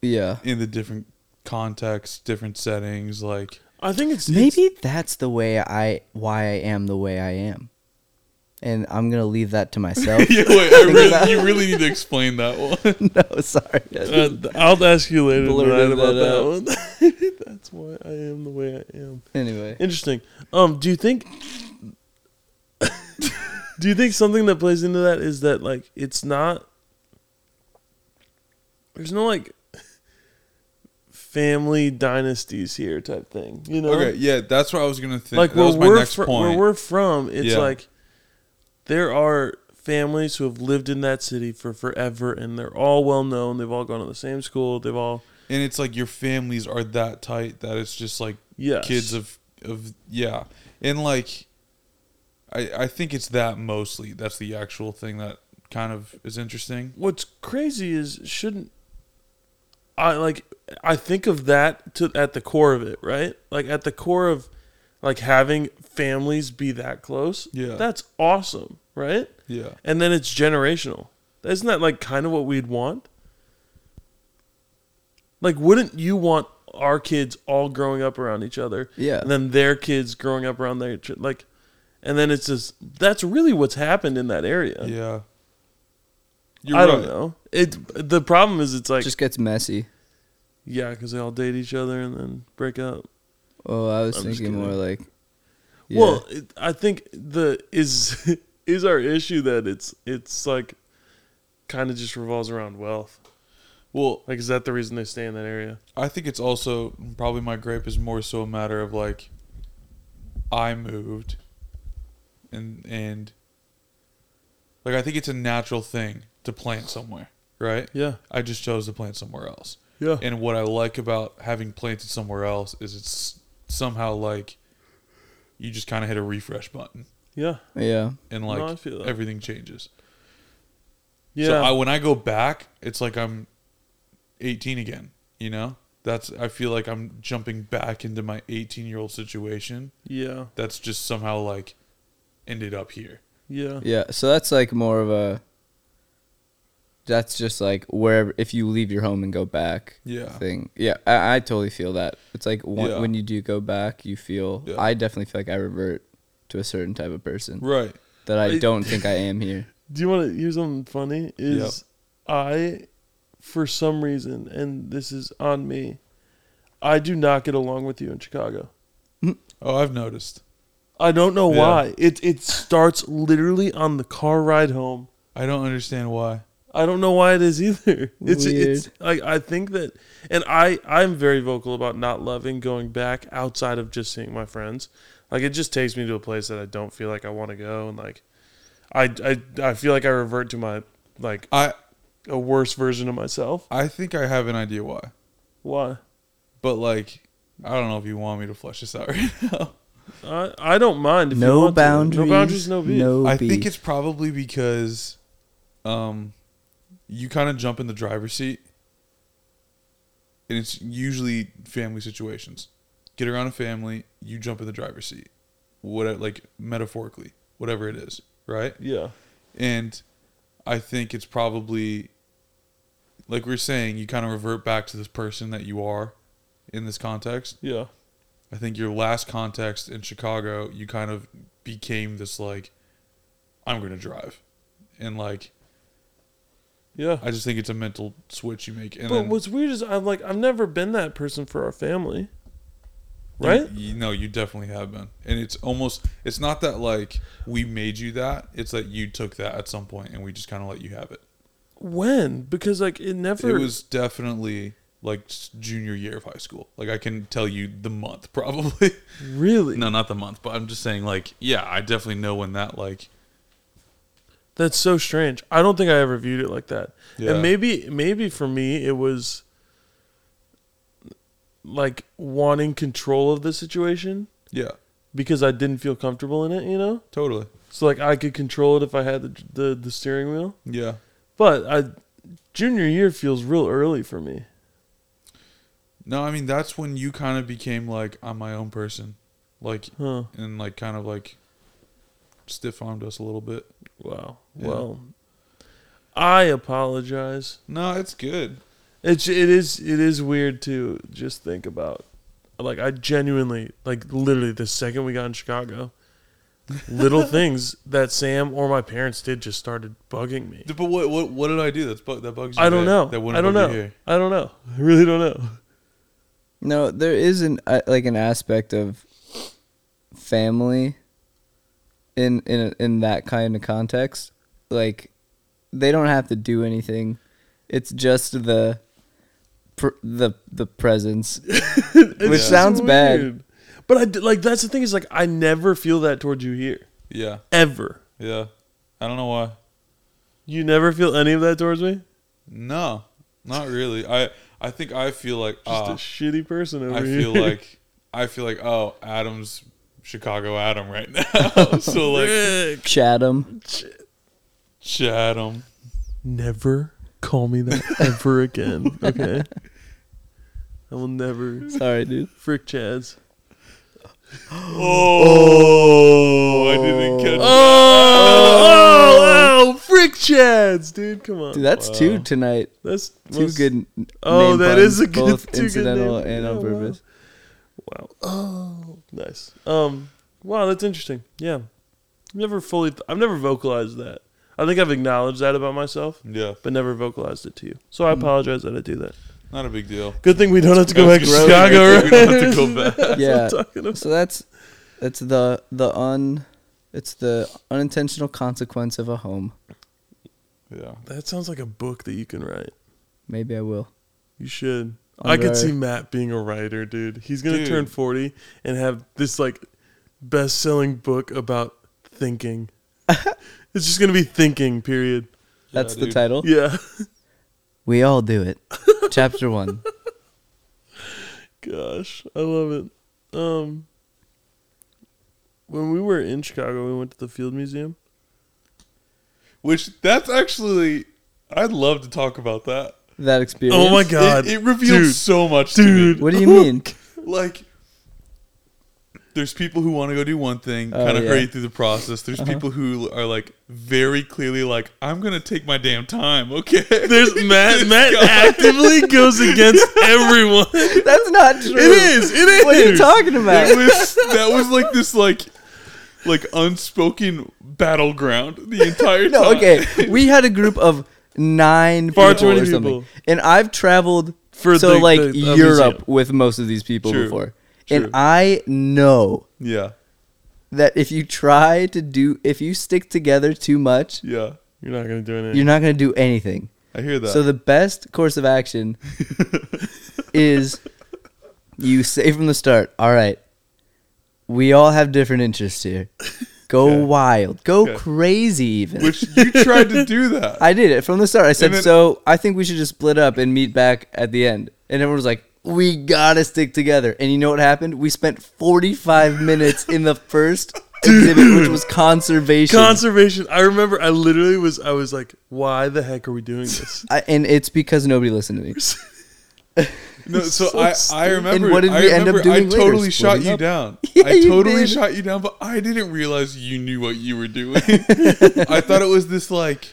yeah. in the different contexts, different settings, like [laughs] I think it's it's- Maybe that's the way I why I am the way I am, and I'm gonna leave that to [laughs] myself. yeah, wait, I Think about- really, you really need to explain that one. no, sorry. Uh, th- I'll ask you later Blurted tonight about that out. that, one. [laughs] That's why I am the way I am. [laughs] anyway, Interesting. Um, do you think? [laughs] do you think something that plays into that is that like it's not? There's no like family dynasties here type thing. You know, Okay, yeah, that's what I was gonna think. like that where was my we're next fr- point. where we're from, it's Yeah. like there are families who have lived in that city for forever, and they're all well known. They've all gone to the same school. They've all and it's like your families are that tight that it's just like Yes. kids of of yeah, and like I I think it's that mostly. That's the actual thing that kind of is interesting. What's crazy is shouldn't I like I think of that to at the core of it, right? Like at the core of like having families be that close. Yeah. That's awesome, right? Yeah, And then it's generational. Isn't that like kind of what we'd want? Like wouldn't you want our kids all growing up around each other? Yeah. And then their kids growing up around their ch- like and then it's just that's really what's happened in that area. yeah. I don't know. It the problem is it's it like just gets messy. yeah, because they all date each other and then break up. Oh, I was I'm just thinking more kidding. like. Well, it, I think the is [laughs] is our issue that it's it's like kind of just revolves around wealth. Well, Like, is that the reason they stay in that area? I think it's also probably my gripe is more so a matter of like I moved and and like I think it's a natural thing to plant somewhere, right? Yeah, I just chose to plant somewhere else. yeah, [sighs] And what I like about having planted somewhere else is it's somehow like you just kind of hit a refresh button yeah. yeah, and No, I like feel that. everything changes. Yeah. So I, when I go back, it's like I'm 18 again. You know, that's I feel like I'm jumping back into my 18 year old situation. yeah. That's just somehow like ended up here. Yeah. Yeah, so that's like more of a. That's just like wherever if you leave your home and go back Yeah. thing. Yeah, I, I totally feel that. It's like one, Yeah. when you do go back, you feel. Yeah. I definitely feel like I revert to a certain type of person Right. that I I- don't think I am here. Do you want to hear something funny? Is I, for some reason, and this is on me, I do not get along with you in Chicago. Oh, I've noticed. I don't know Yeah. why. It it starts literally on the car ride home. I don't understand why. I don't know why it is either. [laughs] It's it's Weird. like I think that, and I I'm very vocal about not loving going back outside of just seeing my friends. Like it just takes me to a place that I don't feel like I want to go, and like I I I feel like I revert to my like I a worse version of myself. I think I have an idea why, Why? but like I don't know if you want me to flesh this out [laughs] right now. I I don't mind. If you No want to. boundaries. No boundaries. No beef. I think it's probably because, um, you kind of jump in the driver's seat, and it's usually family situations. Get around a family, you jump in the driver's seat, what like metaphorically, whatever it is, right? Yeah. And I think it's probably like we we're saying, you kind of revert back to this person that you are in this context. Yeah. I think your last context in Chicago, you kind of became this like, I'm going to drive. And like, Yeah. I just think it's a mental switch you make. And but then, what's weird is I'm like I've never been that person for our family. you- Right? You, no, you definitely have been. And it's almost, it's not that like we made you that. It's that you took that at some point and we just kind of let you have it. When? Because like it never It was definitely like s- junior year of high school. Like I can tell you the month [laughs] probably. really. no, not the month, but I'm just saying like, yeah, I definitely know when that like, That's so strange. I don't think I ever viewed it like that. Yeah. And maybe maybe for me it was like wanting control of the situation yeah, because I didn't feel comfortable in it, you know? totally. So like I could control it if I had the the, the steering wheel. Yeah. But I junior year feels real early for me. No, I mean that's when you kind of became like I'm my own person, like Huh. and like kind of like stiff armed us a little bit. Wow. Yeah. Well, I apologize. No, it's good. It's it is it is weird to just think about. Like I genuinely like literally the second we got in Chicago, [laughs] little things that Sam or my parents did just started bugging me. But what what what did I do that's bug that bugs you? I don't there know. That wouldn't I don't bug you know. here? I don't know. I really don't know. [laughs] No, there is an uh, like an aspect of family in in in that kind of context. Like they don't have to do anything. It's just the pr- the the presence. It's Which just sounds bad. weird. But I d- like that's the thing is like I never feel that towards you here Yeah, ever. yeah. I don't know why. You never feel any of that towards me. No, not really. I I think I feel like Just ah, a shitty person over I here. feel [laughs] like [laughs] I feel like oh Adam's Chicago Adam right [laughs] now. so like Rick, Chatham. Chatham. never call me [laughs] that ever again. Okay. I will never Sorry, dude. frick Chaz. Oh, I didn't catch. Oh, that. oh, oh, frick Chads, dude. Come on. [laughs] Dude, that's Wow. two tonight. that's Two most- good. n- Oh, name that puns, is a good- both two good incidental name- and yeah, wow. on purpose. Wow. Oh, nice. Um, wow, that's interesting. Yeah, I've never fully. I've never vocalized that. I think I've acknowledged that about myself, Yeah, but never vocalized it to you. So Hmm. I apologize that I do that. not a big deal. Good thing we don't have to go back to That's good. Chicago. Right? We don't have to go back. [laughs] Yeah. [laughs] That's what I'm talking about. So that's that's the the un it's the unintentional consequence of a home. Yeah. That sounds like a book that you can write. Maybe I will. You should. I'm I could very- see Matt being a writer, dude. He's gonna Dude. turn forty and have this like best-selling book about thinking. it's just gonna be thinking. Period. That's the dude. title. Yeah. [laughs] We all do [laughs] it. Chapter one. Gosh, I love it. Um, when we were in Chicago, we went to the Field Museum. Which that's actually I'd love to talk about that. That experience. Oh my god, It, it reveals Dude. so much Dude. to me. What do you mean? Like, there's people who want to go do one thing, Oh, kind of yeah. Uh-huh. hurry through the process. There's people who are like very clearly like, I'm gonna take my damn time. [laughs] Okay. [laughs] There's Matt. Matt actively goes against everyone. [laughs] It [laughs] That's not true. is. It is. What are you talking It about? [laughs] was that was like this like like unspoken battleground [laughs] the entire time. [laughs] No, okay. We had a group of nine Far people too many or something, people. and I've traveled For so the- like the- the museum. Europe with most of these people True. before, True. and I know Yeah. that if you try to do, if you stick together too much, Yeah. You're not gonna do anything. you're not going to do anything. I hear that. So the best course of action is you say from the start, all right, we all have different interests here. Go Okay. wild. Go Okay. crazy even. [laughs] Which you tried to do that. I did it from the start. I said, And then- so I think we should just split up and meet back at the end. And everyone was like, we gotta stick together. And you know what happened? We spent [laughs] 45 minutes in the first exhibit, which was conservation. Conservation. I remember. I literally was. I was like, "Why the heck are we [laughs] doing this?" I, and it's because nobody listened to me. [laughs] No, so, So I, I stupid. remember. And what did I we end up remember doing I later? totally shot Splitting you up? down. [laughs] Yeah, I you totally did. shot you down, but I didn't realize you knew what you [laughs] were doing. I thought it was this like,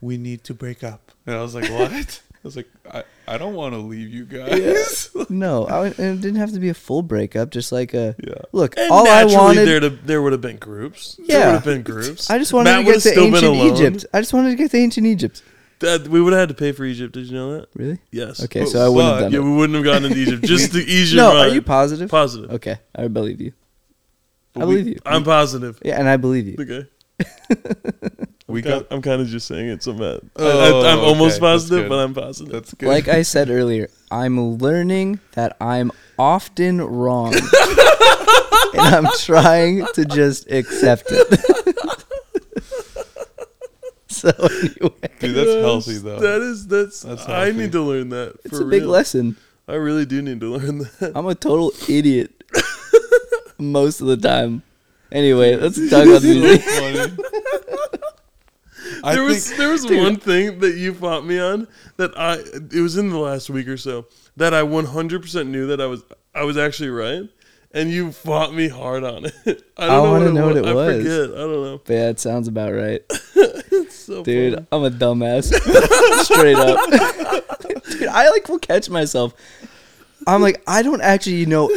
we need to break up, and I was like, [laughs] what? I was like, I, I don't want to leave you guys. No, I, it didn't have to be a full breakup. Just like a Yeah. look. And all I naturally, wanted, there to, there would have been groups. there Yeah. would have been groups. I just wanted Matt to would've get to still been ancient alone. Egypt. I just wanted to get to ancient Egypt. That, we would have had to pay for Egypt. Did you know that? Really? Yes. Okay, But- so I wouldn't but- have done Yeah, we wouldn't have gotten into [laughs] Egypt. Just the it. Egypt. No, run. are you positive? positive? Okay, I believe you. I But we- believe you. I'm [laughs] positive. Yeah, and I believe you. [laughs] Okay. We Ki- got I'm kind of just saying it, so Matt. Oh, I, I, I'm almost okay, that's positive, good. but I'm positive. [laughs] that's good. Like I said earlier, I'm learning that I'm [laughs] often wrong, and I'm trying to just accept it. [laughs] [laughs] so anyway, Dude, that's healthy though. That is that's. That's I healthy. need to learn that. it's for a big real. lesson. I really do need to learn that. I'm a total idiot most of the time. Anyway, let's talk about So this. funny. [laughs] I there was think there was one thing that you fought me on that I it was in the last week or so that I 100% knew that I was I was actually right, and you fought me hard on it. [laughs] I I wanna know wa- what it was. I forget. I don't know. But yeah, it sounds about right. It's so Dude, funny. I'm a dumbass. [laughs] Straight up. Dude, I like will catch myself. I'm like, I don't actually know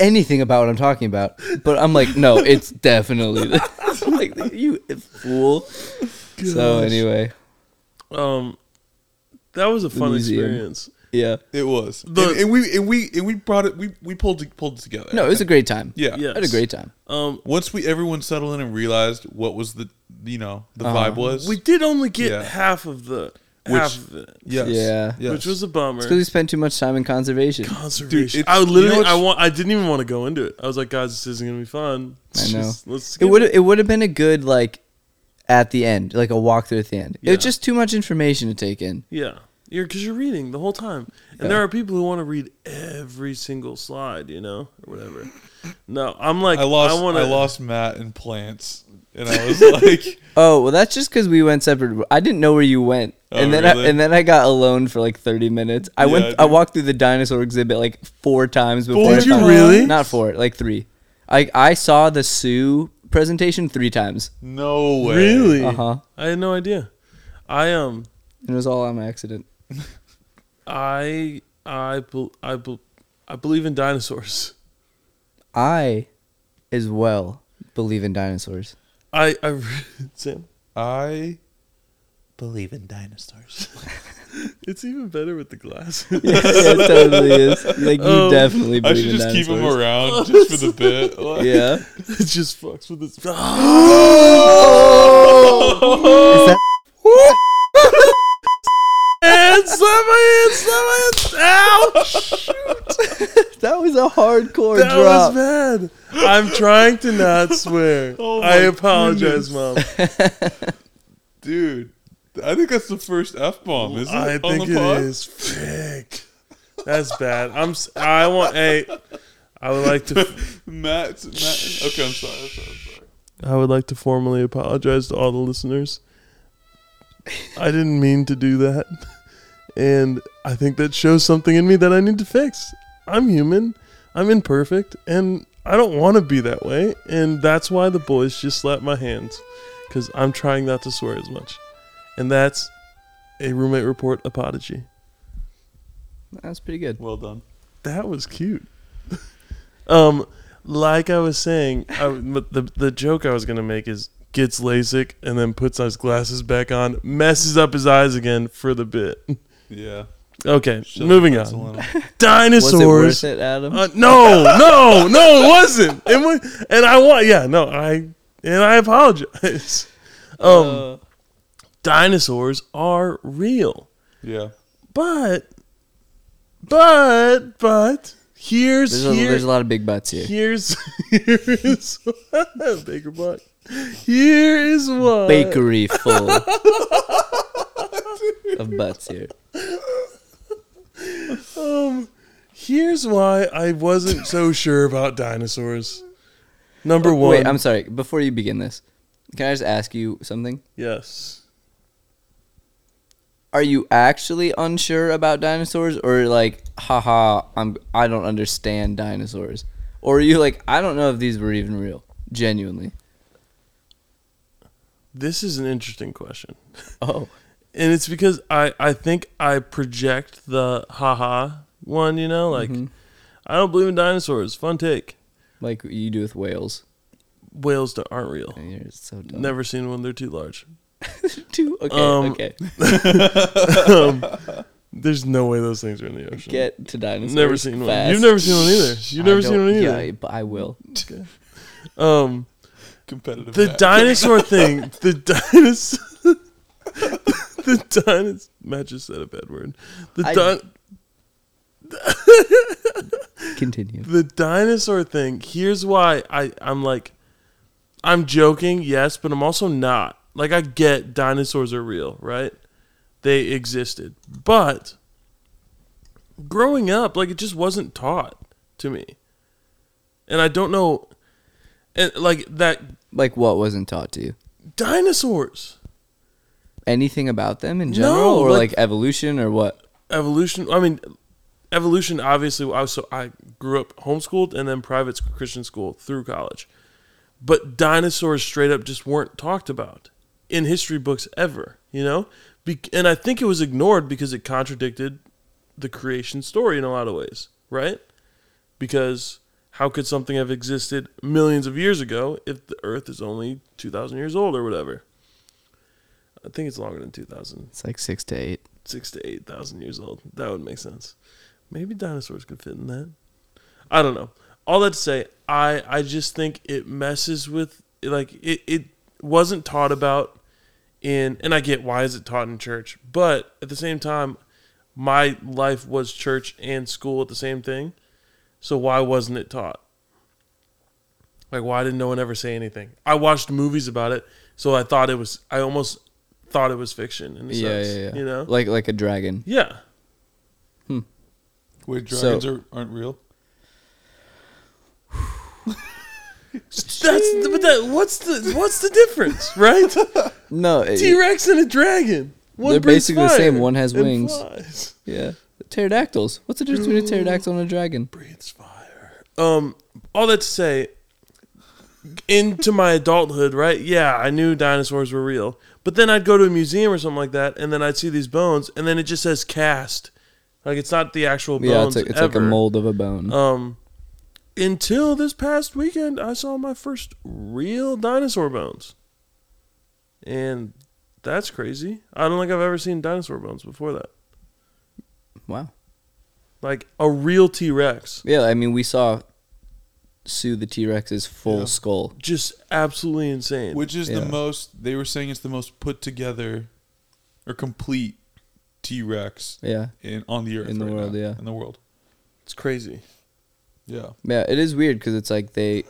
anything about what I'm talking about. But I'm like, no, it's definitely this. [laughs] I'm like, you fool. So Gosh. anyway, um, that was a fun museum. experience. yeah. it was, and, The- and we and we and we brought it. We we pulled it- pulled it together. No, it was a great time. yeah. Yeah. I had a great time. Um, Once we everyone settled in and realized what was the you know the Uh-huh. vibe was. we did only get Yeah. half of the Which- half of it, yes, Yeah. yes. which was a bummer. It's because we spent too much time in conservation. conservation. Dude, it's- I you know literally, what's- I want, I didn't even want to go into it. I was like, guys, this isn't gonna be fun. It's I know. just- let's It skip would it would have been a good like at the end, like a walkthrough at the end. It Yeah. was just too much information to take in. Yeah, you're because you're reading the whole time, and Yeah. there are people who want to read every single slide, you know, or whatever. No, I'm like, I lost. I, I want to lost Matt in plants, and I was like, Oh well, that's just because we went separate. I didn't know where you went, Oh, and then really? I, and then I got alone for like thirty minutes. I Yeah, went. dude. I walked through the dinosaur exhibit like four times before. Did I you found- really? Not four, like three. I I saw the Sue presentation three times. "No way, Really? Uh huh. I had no idea. I um, It was all on accident. I I bel I bel I believe in dinosaurs. [laughs] I, as well, believe in dinosaurs. [laughs] I I [laughs] re- Sam, I believe in dinosaurs. it's even better with the glass. yeah, it totally is. Like you Um, definitely I believe should in just keep dinosaurs. him around just for the [laughs] bit." Like, Yeah. it just fucks with [gasps] its. Is that And slap my hand, slap my [laughs] hand. Ow! that was a [laughs] hardcore That was drop. bad. I'm trying to not swear. [laughs] Oh I my apologize, goodness. mom. dude, I think that's the first f bomb, isn't I it? on think the it pod? is. Frick. That's bad. I'm. s- I want a. I would like [laughs] to. Matt, Matt. Okay, I'm sorry. I'm sorry. I'm sorry. I would like to formally apologize to all the listeners. I didn't mean to do that. And I think that shows something in me that I need to fix. I'm human, I'm imperfect, and I don't want to be that way. And that's why the boys just slapped my hands because I'm trying not to swear as much. And that's a roommate report apology. That's pretty good. Well done. That was cute. um, like I was saying, I, but the the joke I was gonna make is gets LASIK and then puts his glasses back on, messes up his eyes again for the bit. [laughs] Yeah. Okay, Shut the moving pencil on. in 'em. Dinosaurs. Was it worth it, Adam? Uh, no, no, no, it wasn't. It was, and I want. Yeah, no, I and I apologize. [laughs] Um, Uh, dinosaurs are real, Yeah. but, but, but here's there's, a, here's there's a lot of big butts here. Here's [laughs] here's Baker Buck. Here is what [laughs] Bakery full of butts here. Um, here's why I wasn't so sure about dinosaurs. Number one, Wait, I'm sorry. Before you begin this, can I just ask you something? yes. Are you actually unsure about dinosaurs, or like, haha, I'm I don't understand dinosaurs, or are you like, I don't know if these were even real, genuinely? This is an interesting question, Oh, and it's because I I think I project the haha one. You know, like Mhm. I don't believe in dinosaurs. Fun take. like you do with whales. Whales that aren't real. You're so dumb. [laughs] Never seen one. They're too large. Two. Okay. Um, okay. um, there's no way those things are in the ocean. Get to dinosaurs. never seen one. fast. You've never seen one either. You've I never seen don't- one either. Yeah, but I will. Um, Competitive. the match. dinosaur thing. The dinosaur. [laughs] the dinosaur. Matt just said a bad word. The I- di- [laughs] Continue. the dinosaur thing. Here's why I I'm like, I'm joking, yes, but I'm also not. Like I get dinosaurs are real, right? They existed, but growing up, like it just wasn't taught to me, and I don't know, and like that Like what wasn't taught to you? dinosaurs. Anything about them in general, No, or like- like evolution, or what? evolution i mean evolution obviously i was so i grew up homeschooled and then private sc- christian school through college but dinosaurs straight up just weren't talked about in history books ever you know Be- and i think it was ignored because it contradicted the creation story in a lot of ways right because how could something have existed millions of years ago if the earth is only 2000 years old or whatever i think it's longer than 2000 It's like six to eight. six to eight thousand years old. That would make sense. Maybe dinosaurs could fit in that. I don't know. All that to say, I I just think it messes with like it it wasn't taught about in and I get why is it taught in church, but at the same time, my life was church and school at the same thing. So why wasn't it taught? Like why did no one ever say anything? I watched movies about it, so I thought it was I almost thought it was fiction in a Yeah, sense, yeah, yeah. You know? like like a dragon. Yeah. Wait, So- dragons are, aren't real. That's the- but that what's the what's the difference, [laughs] right? No, it- T Rex and a dragon. One They're breathes basically the fire same. One has and wings. Flies. yeah, pterodactyls. What's the difference between a pterodactyl and a dragon? Breathes fire. Um all that to say into my adulthood, right? Yeah, I knew dinosaurs were real. But then I'd go to a museum or something like that and then I'd see these bones and then it just says cast. Like it's not the actual bones. Yeah, it's like it's like a ever. mold of a bone. Um, until this past weekend, I saw my first real dinosaur bones, and that's crazy. I don't think I've ever seen dinosaur bones before that. wow. Like a real T Rex, Yeah, I mean we saw Sue the T Rex's full Yeah. skull. just absolutely insane. Which is Yeah. the most? They were saying it's the most put together or complete T Rex Yeah, in on the earth In the right world, now. yeah. in the world. it's crazy. Yeah. yeah. It is weird because it's like they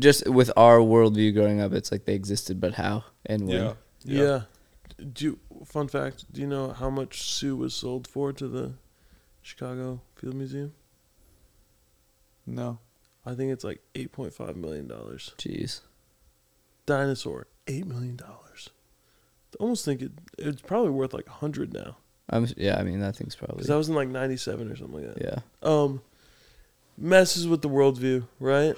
just with our worldview growing up, it's like they existed, but how and when? Yeah. Yeah. Do you, fun fact? Do you know how much Sue was sold for to the Chicago Field Museum? No. I think it's like eight point five million dollars. Jeez. Dinosaur, eight million dollars. almost think it, it's probably worth like 100 now I'm yeah. I mean that thing's probably because that was in like 97 or something like that. yeah. Um, messes with the worldview, right?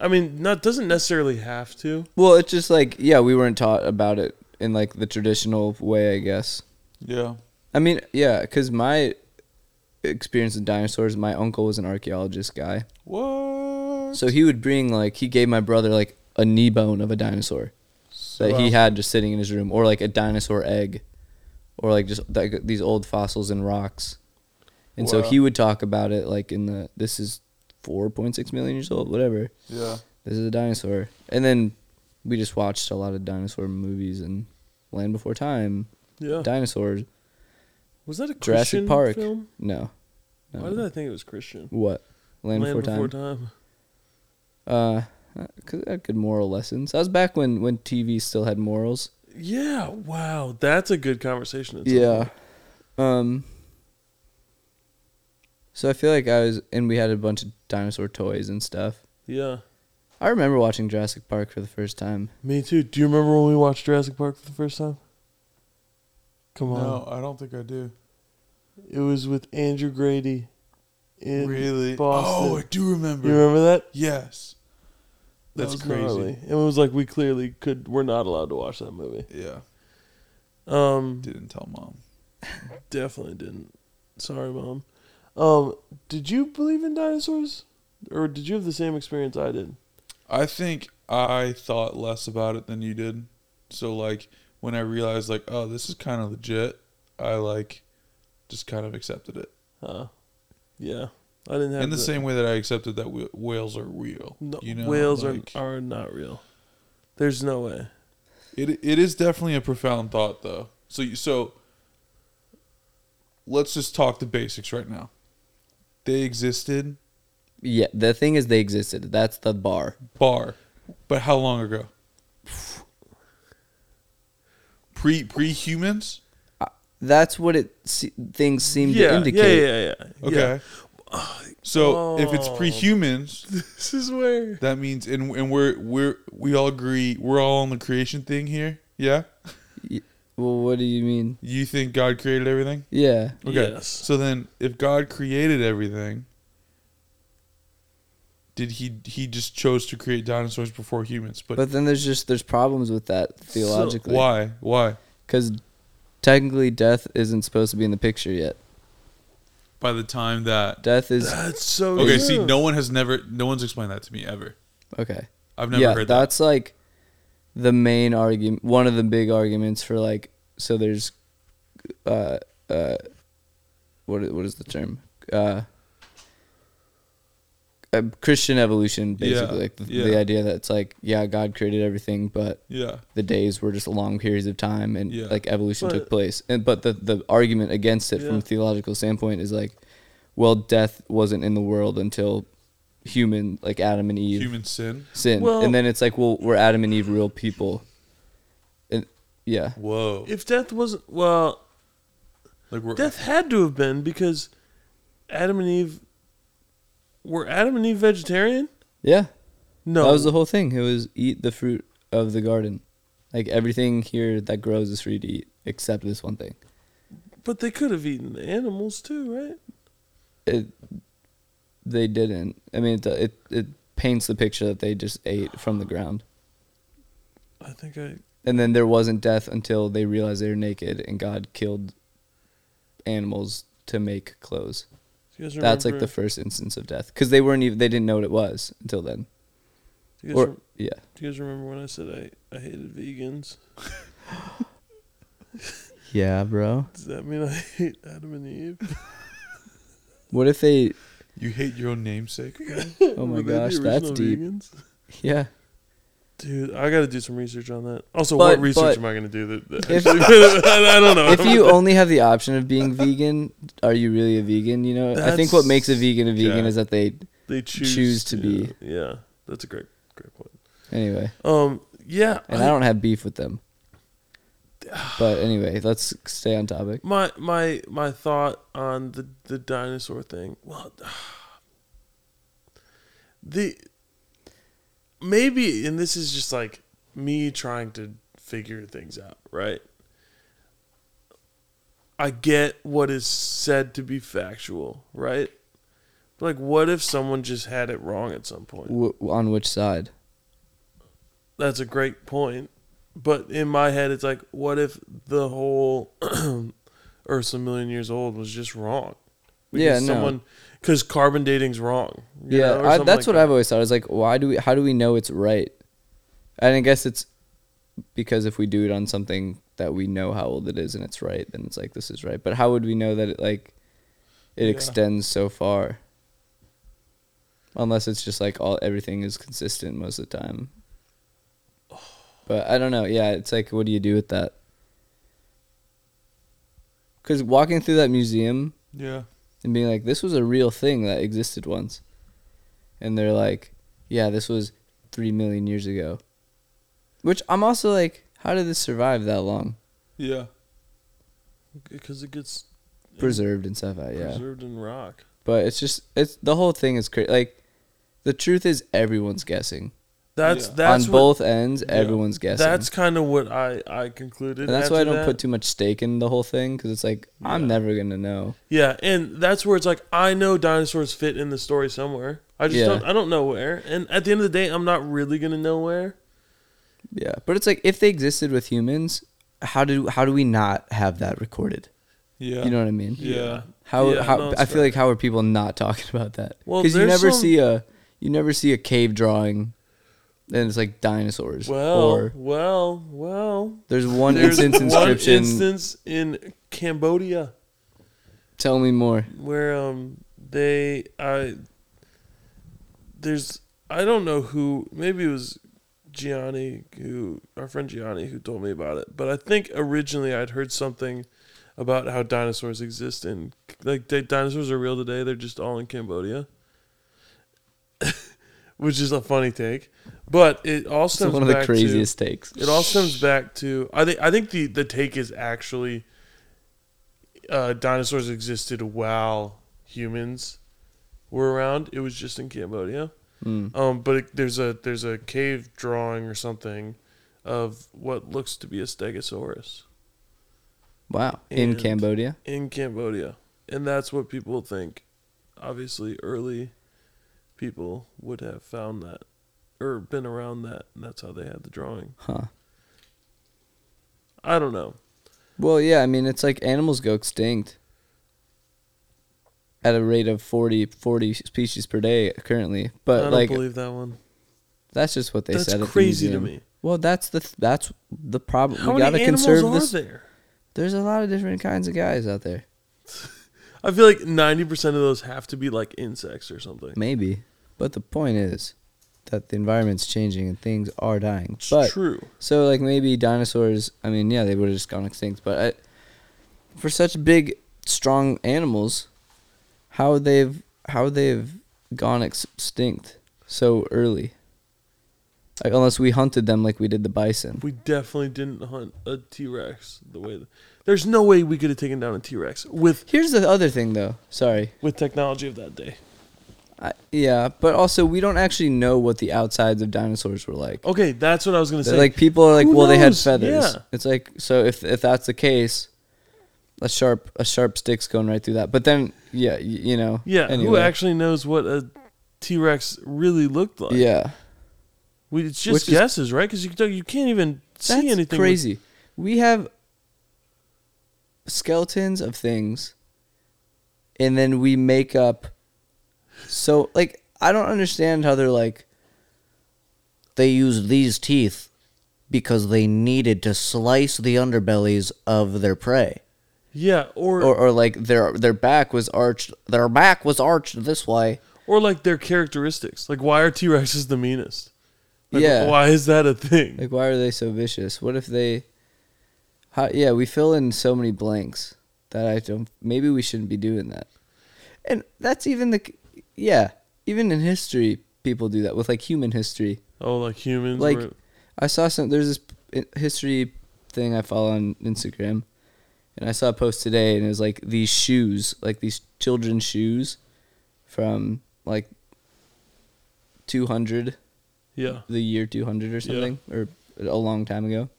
I mean, not doesn't necessarily have to. Well, it's just like yeah, we weren't taught about it in like the traditional way, I guess. Yeah. I mean, yeah, because my experience with dinosaurs, my uncle was an archaeologist guy, What? so he would bring like he gave my brother like a knee bone of a dinosaur that he had just sitting in his room, or like a dinosaur egg, or like just like these old fossils and rocks, and so Wow. he would talk about it like in the this is four point six million years old, whatever. Yeah. this is a dinosaur. And then we just watched a lot of dinosaur movies and Land Before Time, Yeah. dinosaurs. was that a Jurassic Christian Park. film? No. no. Why did I think it was Christian? What? Land, Before, Time. Time. Uh, cause I had good moral lessons. That was back when when TV still had morals. Yeah. Wow, that's a good conversation. at some yeah. point. Um. So I feel like I was, and we had a bunch of dinosaur toys and stuff. Yeah. I remember watching Jurassic Park for the first time. Me too. Do you remember when we watched Jurassic Park for the first time? Come on. No, I don't think I do. It was with Andrew Grady. In really? Boston. Oh, I do remember. You remember that? Yes. That That's was crazy. gnarly. It was like we clearly could. We're not allowed to watch that movie. Yeah. Um, Didn't tell mom. definitely didn't. Sorry, mom. Um, did you believe in dinosaurs, or did you have the same experience I did? I think I thought less about it than you did. So like when I realized like, oh, this is kind of legit, I like just kind of accepted it. Uh, yeah, I didn't have In the same way that I accepted that wh- whales are real. No, you know, whales like- are are not real. There's no way. It it is definitely a profound thought though. So you, so let's just talk the basics right now. They existed Yeah, the thing is, they existed. That's the bar. bar, but how long ago? Pre pre humans. That's what it se- things seem Yeah, to yeah, indicate. yeah, yeah. Okay. yeah. So if it's Oh. pre humans, [laughs] This is where That means, and and we're we're we all agree we're all on the creation thing here. Yeah, Well, what do you mean? you think God created everything? Yeah, Yes. So then, if God created everything, did he he just chose to create dinosaurs before humans? But, but then there's just there's problems with that theologically. why why Because technically, death isn't supposed to be in the picture yet. by the time that Death is that's so okay, True. see, no one has never no one's explained that to me ever. okay. I've never yeah, heard that. that's like the main argument. One of the big arguments for like so there's, uh, uh, what i- what is the term? Uh, uh, Christian evolution, basically, Yeah, like the, yeah. the idea that it's like, yeah, God created everything, but Yeah, the days were just long periods of time and Yeah. like evolution But- took place. And but the the argument against it from Yeah. a theological standpoint is like, well, death wasn't in the world until human like Adam and Eve human sin. sinned. Well- and then it's like, well, were Adam and Eve real people? And yeah. Whoa, If death wasn't well, like we're death had to have been because Adam and Eve were Adam and Eve vegetarian. Yeah. No, That was the whole thing. It was eat the fruit of the garden. Like everything here that grows is free to eat except this one thing. but they could have eaten the animals too, right? It they didn't. I mean, it it, it paints the picture that they just ate from the ground. I think I and then there wasn't death until they realized they were naked and God killed animals to make clothes. you guys That's like remember- the first instance of death because they weren't even they didn't know what it was until then. do you, guys or rem- yeah, do you guys remember when I said I, I hated vegans? yeah, bro. Does that mean I hate Adam and [laughs] Eve? What if they? you hate your own namesake. Oh Were my they the gosh, that's original deep. vegans? Yeah, Dude, I got to do some research on that. Also, But- what research but- am I going to do? That, that If- actually- [laughs] I don't know. if you only have the option of being vegan, are you really a vegan? You know, I think what That's- makes a vegan a vegan yeah. is that they they choose, choose to be. Yeah, that's a great, great point. anyway. Um, yeah, And I don't have beef with them. But anyway, let's stay on topic. my my my thought on the the dinosaur thing. Well, [sighs] the maybe and this is just like me trying to figure things out, right? I get what is said to be factual, right? But like, what if someone just had it wrong at some point? W- on which side? That's a great point. But in my head, it's like, what if the whole [clears throat] Earth's a million years old was just wrong? Yeah, no. Because carbon dating's wrong. you Yeah, know, or I, something that's like what I've always thought. Is like, why do we? How do we know it's right? And I guess it's because if we do it on something that we know how old it is and it's right, then it's like this is right. But how would we know that it like it Yeah. extends so far? Unless it's just like all everything is consistent most of [sighs] the time. But I don't know. Yeah, it's like, what do you do with that? Because walking through that museum, Yeah. and being like, this was a real thing that existed once. And they're like, yeah, this was three million years ago. Which I'm also like, how did this survive that long? Yeah. Because it gets Preserved and stuff, out, yeah. preserved in rock. But it's just, it's the whole thing is crazy. Like, the truth is everyone's guessing That's Yeah. that's on what, both ends. yeah. Everyone's guessing. That's kind of what I I concluded. and that's why I after don't that. put too much stake in the whole thing because it's like I'm Yeah. never gonna know. Yeah, and that's where it's like I know dinosaurs fit in the story somewhere. I just Yeah. don't I don't know where. And at the end of the day, I'm not really gonna know where. Yeah, but it's like if they existed with humans, how do how do we not have that recorded? Yeah. You know what I mean? yeah. How, Yeah, how no, it's I feel fair. like how are people not [laughs] talking about that? Well, Because you there's never some- see a you never see a cave drawing, and it's like dinosaurs. Well, or well, well. there's one There's instance one inscription. instance in Cambodia Tell me more. where um they I there's I don't know who maybe it was Gianni who our friend Gianni who told me about it, but I think originally I'd heard something about how dinosaurs exist and like they, dinosaurs are real today. They're just all in Cambodia, [laughs] which is a funny take, but it all It's stems one of the back to- craziest takes. it all stems back to I think I think the the take is actually uh, dinosaurs existed while humans were around. It was just in Cambodia. Mm. Um, but it, there's a there's a cave drawing or something of what looks to be a stegosaurus Wow, in and- Cambodia. in Cambodia, and that's what people think. Obviously, early people would have found that or been around that, and that's how they had the drawing. Huh. I don't know. Well, yeah. I mean, it's like animals go extinct at a rate of 40, 40 species per day currently. I But don't like, believe that one. that's just what they That's said. at the crazy to museum. me. Well, that's the th- that's the problem. How we many gotta animals conserve are this. there? There's a lot of different kinds of guys out there. I feel like ninety percent of those have to be like insects or something. Maybe. But the point is that the environment's changing and things are dying. It's But true. so like maybe dinosaurs, I mean, yeah, they would have just gone extinct, but I, for such big strong animals, how they've how they've gone ex- extinct so early. Like unless we hunted them like we did the bison. We definitely didn't hunt a T Rex the way. That, there's no way we could have taken down a T Rex with Here's the other thing though. Sorry. with technology of that day. I, yeah, but also we don't actually know what the outsides of dinosaurs were like. Okay, that's what I was gonna They're say. like people are like, who well, they had knows? feathers. Yeah. It's like so if if that's the case, a sharp a sharp stick's going right through that. But then yeah, y- you know. yeah, who anyway. actually knows what a T Rex really looked like? Yeah, we, it's Which just is- guesses, right? Because you you can't even see that's anything. with- crazy. we have skeletons of things, and then we make up. So like, I don't understand how they're like. They used these teeth because they needed to slice the underbellies of their prey. yeah, or, Or, or or like their their back was arched Their back was arched this way. like their characteristics. Like why are T Rexes the meanest? Like, Yeah. why is that a thing? Like, why are they so vicious? What if they? How, yeah, we fill in so many blanks that I don't. Maybe we shouldn't be doing that. And that's even the. Yeah, even in history, people do that with like human history. oh, like humans. Like, were- I saw some. There's this p- history thing I follow on Instagram, and I saw a post today, and it was like these shoes, like these children's shoes, from like. Two hundred yeah. the year 200 or something or a long time ago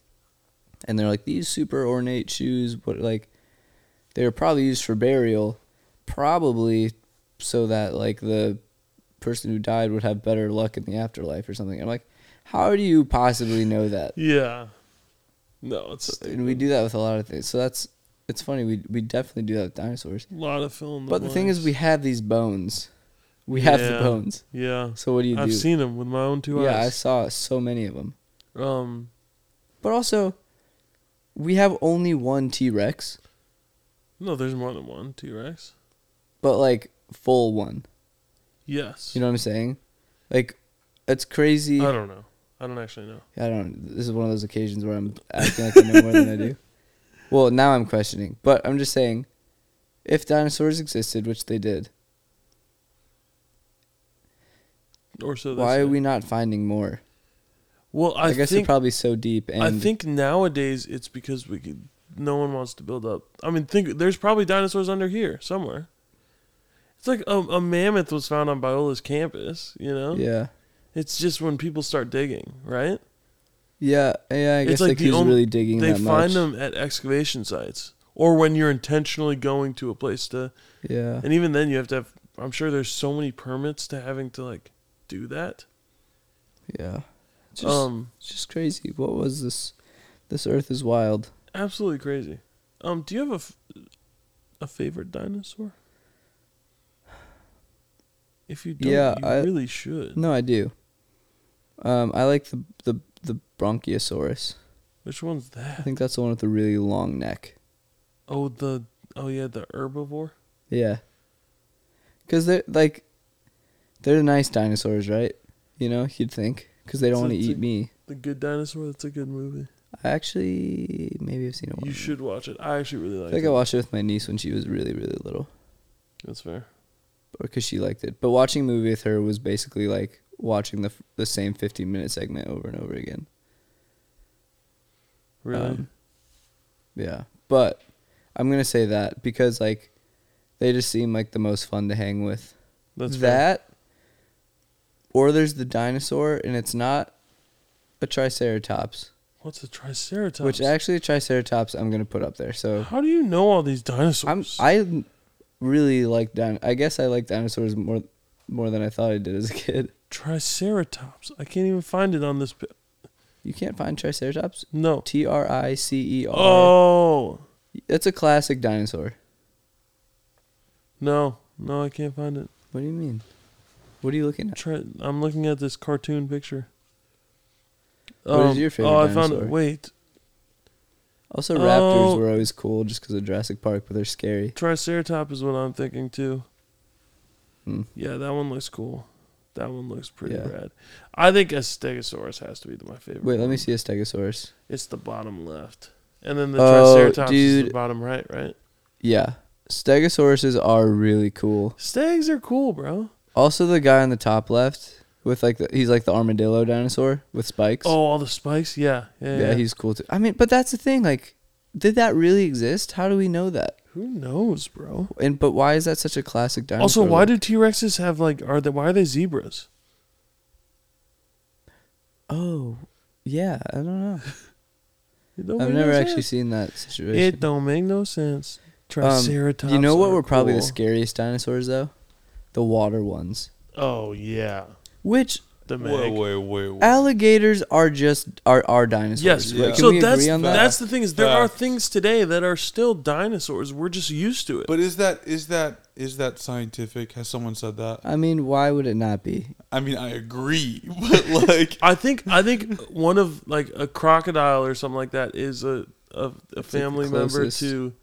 and they're like these super ornate shoes, but like they were probably used for burial, probably so that like the person who died would have better luck in the afterlife or something. I'm like, how do you possibly [laughs] know that? Yeah. No, it's And we do that with a lot of things. So that's it's funny. We we definitely do that with dinosaurs. a lot of film. But the thing is, we have these bones. We have the Yeah. bones. yeah. So what do you do? I've seen them with my own two yeah, I eyes. saw so many of them. um, But also, we have only one T Rex, no, there's more than one T Rex. but like full one. Yes. You know what I'm saying? Like, it's crazy. I don't know. I don't actually know. I don't. This is one of those occasions where I'm acting like I know more than I [laughs] do. Well, now I'm questioning, but I'm just saying, if dinosaurs existed, which they did, Or so. they why say. are we not finding more? Well, I, Oh, I, guess they're think probably so deep. And I think nowadays it's because we could, no one wants to build up. I mean, think there's probably dinosaurs under here somewhere. It's like a, a mammoth was found on Biola's campus. You know, yeah, it's just when people start digging, right? yeah, yeah. I It's guess like like, the who's only- really digging they that find much? them at excavation sites or when you're intentionally going to a place to Yeah, and even then you have to have i'm sure there's so many permits to having to like do that yeah. Just, um it's just crazy. What was this? This Earth is wild. absolutely crazy um do you have a f- a favorite dinosaur if you don't Yeah, you I- really should No, I do. Um, I like the the the [laughs] Bronchiosaurus. which one's I that think that's the one with the really long neck. oh the oh yeah the herbivore Yeah. Cause they're like, they're the nice dinosaurs, right? You know, you'd think, cause they don't So want to it's eat a- me. the good dinosaur that's a good movie I actually maybe I've seen it. you once. should watch it i actually really I like think it I watched it with my niece when she was really really little, that's fair or cause she liked it. But watching a movie with her was basically like watching the f- the same fifteen minute segment over and over again. really Um, yeah, but I'm gonna say that because like they just seem like the most fun to hang with. that's fair. that, or there's the dinosaur, and it's not a triceratops, What's a triceratops? which actually a triceratops I'm gonna put up there. So How do you know all these I'm dinosaurs? I really like din. I guess I like dinosaurs more more than I thought I did as a kid. triceratops. I can't even find it on this. Pi- You can't find triceratops. no. T R I C E R. Oh It's a classic dinosaur. no, no, I can't find it. What do you mean? What are you looking at? Tri- I'm looking at this cartoon picture. What is your favorite Oh, I found it. dinosaur? Wait, Also, raptors Oh. were always cool just because of Jurassic Park, but they're scary. triceratops is what I'm thinking too. Hmm. Yeah, that one looks cool. That one looks pretty Yeah. rad. I think a stegosaurus has to be my favorite. Wait, let me one. see a stegosaurus. It's the bottom left, and then the Oh, triceratops is the dude. bottom right, right? Yeah, stegosauruses are really cool. Stags are cool, bro. Also, the guy on the top left with like the, he's like the armadillo dinosaur with spikes. Oh, all the spikes? Yeah. Yeah. yeah, yeah. he's cool too. I mean, but that's the thing. Like, did that really exist? How do we know that? Who knows, bro? And but why is that such a classic dinosaur? Also, why look? do T Rexes have like are they why are they zebras? oh yeah I don't know. It don't I've make no never actually sense. seen that situation. It don't make no sense. Um, Triceratops. you know what are were probably the cool. scariest dinosaurs though? The water ones. Oh yeah. Which The Wait, Meg. wait, wait, wait. alligators are just are are dinosaurs. Yes. Like, yeah. Can So we that's agree on that? that's the thing is there are Facts. things today that are still dinosaurs. We're just used to it. But is that is that is that scientific? Has someone said that? I mean, why would it not be? I mean, I agree, [laughs] but like, I think I [laughs] think one of like a crocodile or something like that is a a, a the family member closest. to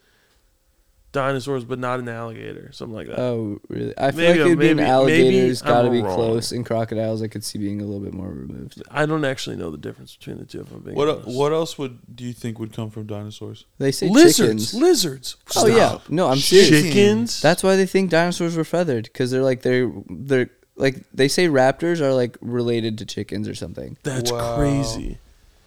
dinosaurs, but not an alligator, something like that. Oh, really? I feel Maybe- like it'd be maybe- an alligator's maybe got to I'm be wrong. close, and crocodiles I could see being a little bit more removed. I don't actually know the difference between the two. If I'm being what el- honest. what else would do you think would come from dinosaurs? They say lizards? chickens. Lizards. oh yeah, no, I'm serious. Chickens. That's why they think dinosaurs were feathered because they're like they're they're like they say raptors are like related to chickens or something. That's Wow. crazy.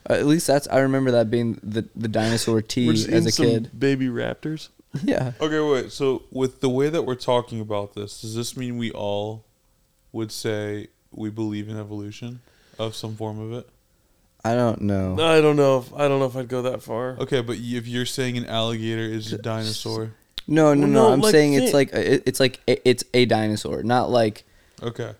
Uh, at least that's I remember that being the the dinosaur We're tea just as eating a some kid. [laughs] baby raptors. Yeah. Okay, wait. So with the way that we're talking about this, does this mean we all would say we believe in evolution of some form of it? I don't know. I don't know if I don't know if I'd go that far. Okay, but y- if you're saying an alligator is a dinosaur, Well, No, no, no. no, I'm like, saying It's think- it's like like it- it's like it- it's a dinosaur, not like okay,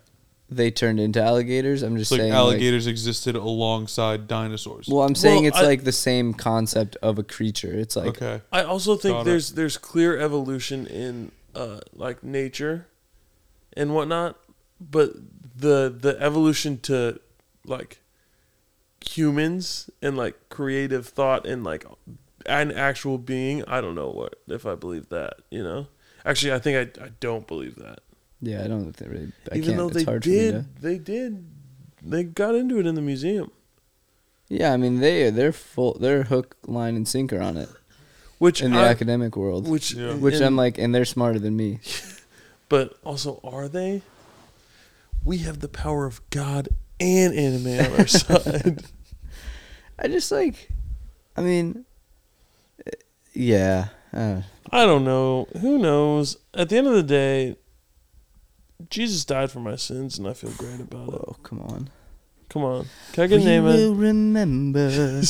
they turned into alligators. I'm just it's like saying. alligators existed alongside dinosaurs. Like, well, I'm saying Well, it's I- like the same concept of a creature. It's like okay, I also think Got it. there's there's clear evolution in uh like nature and whatnot, but the the evolution to like humans and like creative thought and like an actual being, I don't know what if I believe that, you know? Actually I think I I don't believe that. yeah, I don't think really. I Even can't. though it's they hard for me did to. they did they got into it in the museum. Yeah, I mean they they're full they're hook line and sinker on it Which in the I- academic world. Which, which Yeah. and- I'm like, and they're smarter than me. But also, are they? We have the power of God and anime on our [laughs] side. I just like, I mean, eh, yeah. Uh, I don't know. Who knows? At the end of the day, Jesus died for my sins, and I feel great about it. whoa, come on. Come on, can I get we an amen? will [laughs] remember.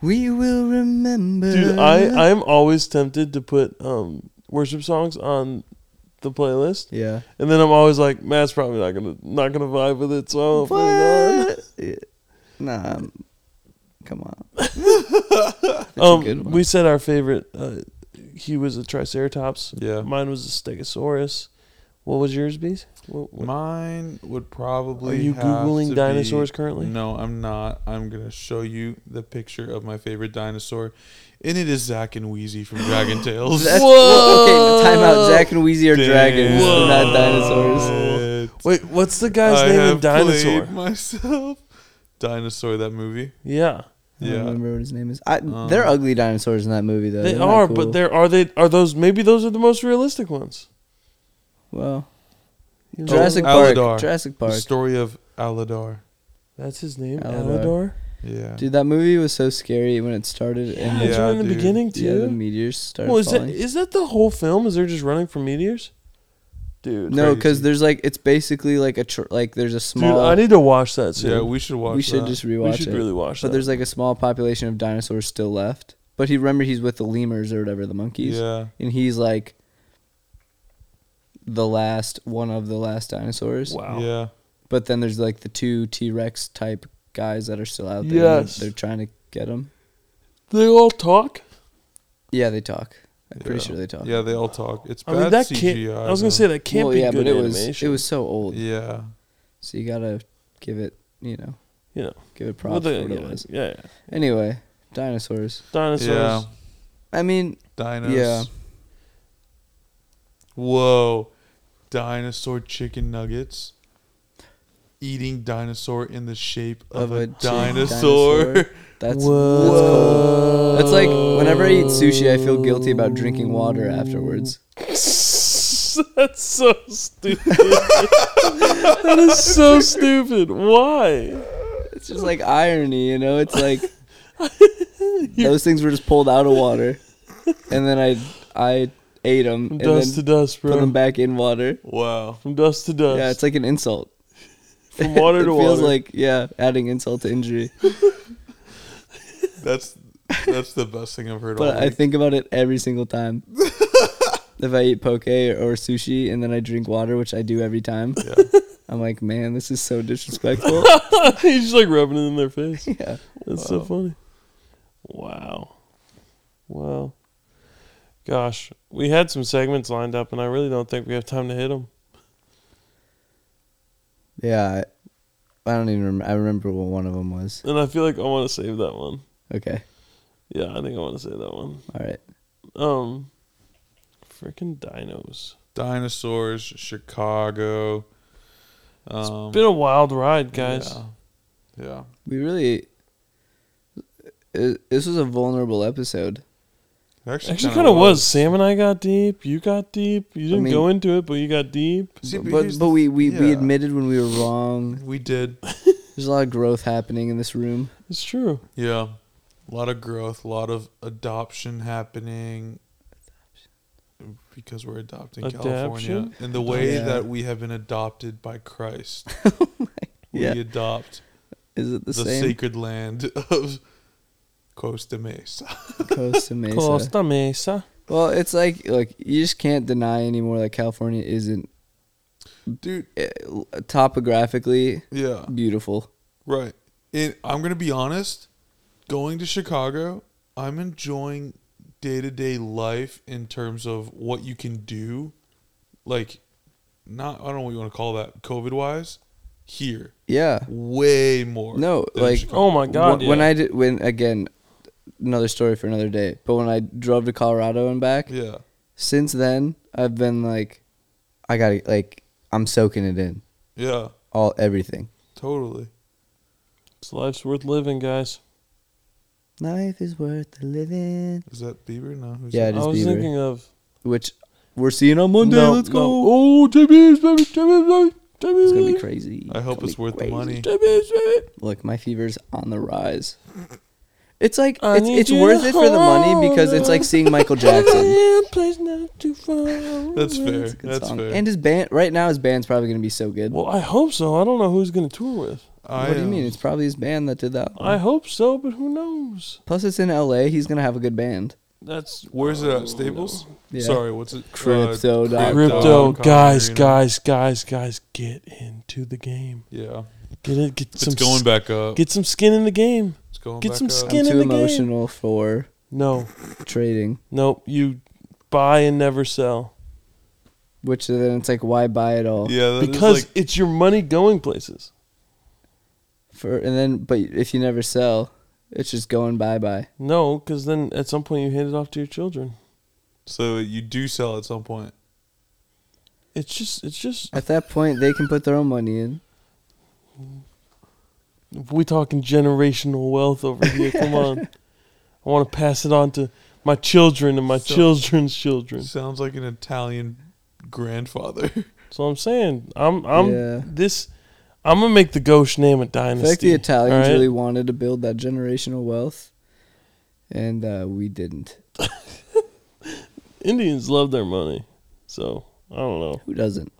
we will remember. Dude, I I'm always tempted to put um worship songs on the playlist, [laughs] Yeah. and then I'm always like, Matt's probably not gonna not gonna vibe with it, so Oh, I'll put it on. What? Yeah. Nah, um, come [laughs] on. That's a good Um, one. we said our favorite. Uh, he was a Triceratops. yeah, Mine was a Stegosaurus. What was yours, Bees? What, what- mine would probably. are you have to googling be- dinosaurs currently? No, I'm not. I'm gonna show you the picture of my favorite dinosaur, and it is Zack and Wheezy from [laughs] Dragon Tales. That's, Whoa! well, okay, time out. Zach and Wheezy are Damn. dragons, Whoa. not dinosaurs. Wait, what's the guy's I name in have Dinosaur? played myself. Dinosaur, that movie. Yeah, I don't Yeah. remember what his name is. I, Um, they're ugly dinosaurs in that movie, though. they They're not are. cool. But there are they are those maybe those are the most realistic ones. well, You know? Jurassic Oh, Park. Aladar. Jurassic The Park. story of Aladar. That's his name, Aladar. Aladar. Yeah. Dude, that movie was so scary when it started, Yeah, and that's Yeah, right in the dude. beginning yeah, the too. meteors started well, is that falling. is that the whole film? Is they're just running from meteors? Dude, no, because crazy. there's like it's basically like a tr- like there's a dude, small. I need to watch that soon. yeah, we should watch we should that. just we rewatch should it. really watch but that. there's like a small population of dinosaurs still left. But he remember he's with the lemurs or whatever the monkeys, Yeah. and he's like the last one of the last dinosaurs. wow. Yeah. But then there's like the two T Rex type guys that are still out there. and Yes. they're trying to get them. They all talk. Yeah, they talk. I'm pretty Yeah. sure they talk. Yeah, they all talk. It's I bad mean, that can't. CGI. I was gonna though. say that can't well, be yeah, good but it animation. was it was so old. Yeah. So you gotta give it, you know, You know. give it props Well, for they- what yeah, it was. Yeah, yeah. Anyway, dinosaurs. dinosaurs. Yeah. I mean, Dinos. Yeah. Whoa. Dinosaur chicken nuggets. Eating dinosaur in the shape of, Of a, a chick- dinosaur. dinosaur. that's that's cold. Whoa. That's like whenever I eat sushi, I feel guilty about drinking water afterwards. [laughs] That's so stupid. that is [laughs] so stupid. Why? It's just like irony, you know. [laughs] It's like those things were just pulled out of water, and then I I ate them From and dust to then dust, put them bro. back in water. [laughs] wow. From dust to dust. Yeah, it's like an insult. [laughs] from water it to feels water. like yeah, adding insult to injury. That's that's the best thing I've heard But all I week. think about it every [laughs] single time. if I eat poke or sushi and then I drink water, which I do every time, [laughs] yeah. I'm like, man, this is so disrespectful. [laughs] [laughs] he's just like rubbing it in their face. yeah. That's so funny. Wow. Wow. Gosh, we had some segments lined up, and I really don't think we have time to hit them. yeah. I, I don't even. Rem- I remember what one of them was. And I feel like I want to save that one. Okay. Yeah, I think I want to save that one. All right. Um, freaking dinos. Dinosaurs, Chicago. Um, Been a wild ride, guys. Yeah. yeah. We really. i- This was a vulnerable episode. It Actually, kinda kind of was. Sam and I got deep. You got deep. You didn't mean- go into it, but you got deep. See, but but here's but the- we, we, we yeah. admitted when we were wrong. We did. There's a lot of growth happening in this room. It's true. Yeah. A lot of growth, a lot of adoption happening. Because we're adopting California. Adoption? And the way Yeah. [laughs] Oh that we have been adopted by Christ. we Yeah. adopt Is it the, the same? sacred land of Costa Mesa. [laughs] [laughs] Costa Mesa. Costa Mesa. Well, it's like like you just can't deny anymore that California isn't Dude, eh, topographically yeah. beautiful. Right. And I'm going to be honest, going to Chicago, I'm enjoying day-to-day life in terms of what you can do like not I don't know what you want to call that COVID-wise here Yeah. way more. No, than in like- Chicago. Oh my God. Wh- when yeah. I did when again another story for another day, but when I drove to Colorado and back, Yeah. since then I've been like I got to like I'm soaking it in. Yeah. All everything. Totally. It's life's worth living, guys. Life is worth the living. Is that Bieber? No. Who's Yeah, I it that? is was Bieber. thinking of Which we're seeing on Monday. No, Let's no. go. Oh, Jimmy's baby, Jimmy's baby, Jimmy's It's gonna be baby. crazy. I hope gonna it's be worth the crazy. money. Jimmy's baby. Look, my fever's on the rise. It's like I it's need it's you worth to it for the money because it's like seeing [laughs] Michael Jackson. Yeah, place not too far. That's fair. It's a good That's song. fair. And his band right now his band's probably gonna be so good. Well, I hope so. I don't know who's gonna tour with. I, what do you um, mean? It's probably his band that did that. I hope so, but who knows? Plus, it's in L.A. He's gonna have a good band. That's Where's it at? Staples? Yeah. Sorry, what's it? Crypto dot com. Crypto, dot com guys, arena. guys, guys, guys, get into the game. Yeah. Get it. Get It's some. going s- back up. Get some skin in the game. it's going get back some up. skin. I'm in too the game. emotional for No, trading. no, you buy and never sell Which then it's like, why buy it all? Yeah, that is because like, it's your money going places. For and then, but if you never sell, it's just going bye bye. No, because then at some point you hand it off to your children. so you do sell at some point. It's just, it's just. At that point, they can put their own money in. We talking generational wealth over here. Come [laughs] on, I want to pass it on to my children and my So- children's children. Sounds like an Italian [laughs] grandfather. [laughs] So I'm saying, I'm, I'm Yeah. this. I'm gonna make the gauche name a In dynasty. fact, the Italians all right? really wanted to build that generational wealth, and uh, we didn't. Indians love their money, so I don't know. Who doesn't?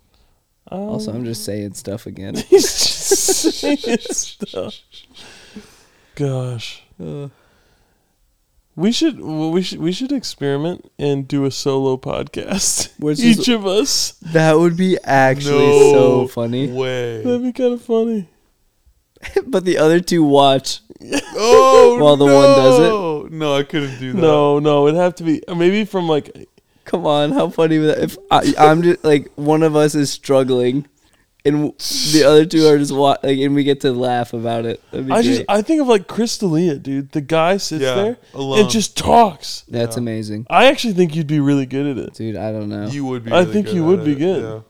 Um, Also, [laughs] I'm just saying stuff again. stuff. Gosh, Uh, we should well, we should we should experiment and do a solo podcast. Which [laughs] is- Each of us. that would be actually so No [laughs] funny. [laughs] That'd Way. be kind of funny. but the other two watch. Oh While the no. one does it? it. No, I couldn't do that. No, no, it'd have to be uh, maybe from like Come on, how funny would that? If I, I'm just like one of us is struggling, and w- the other two are just wa- like, and we get to laugh about it. That'd be I great. just I think of like Crystalia, dude. The guy sits Yeah, there alone. and just talks. That's Yeah. amazing, I actually think you'd be really good at it. dude. I don't know. You would be. I really think good you at would be it, good. yeah.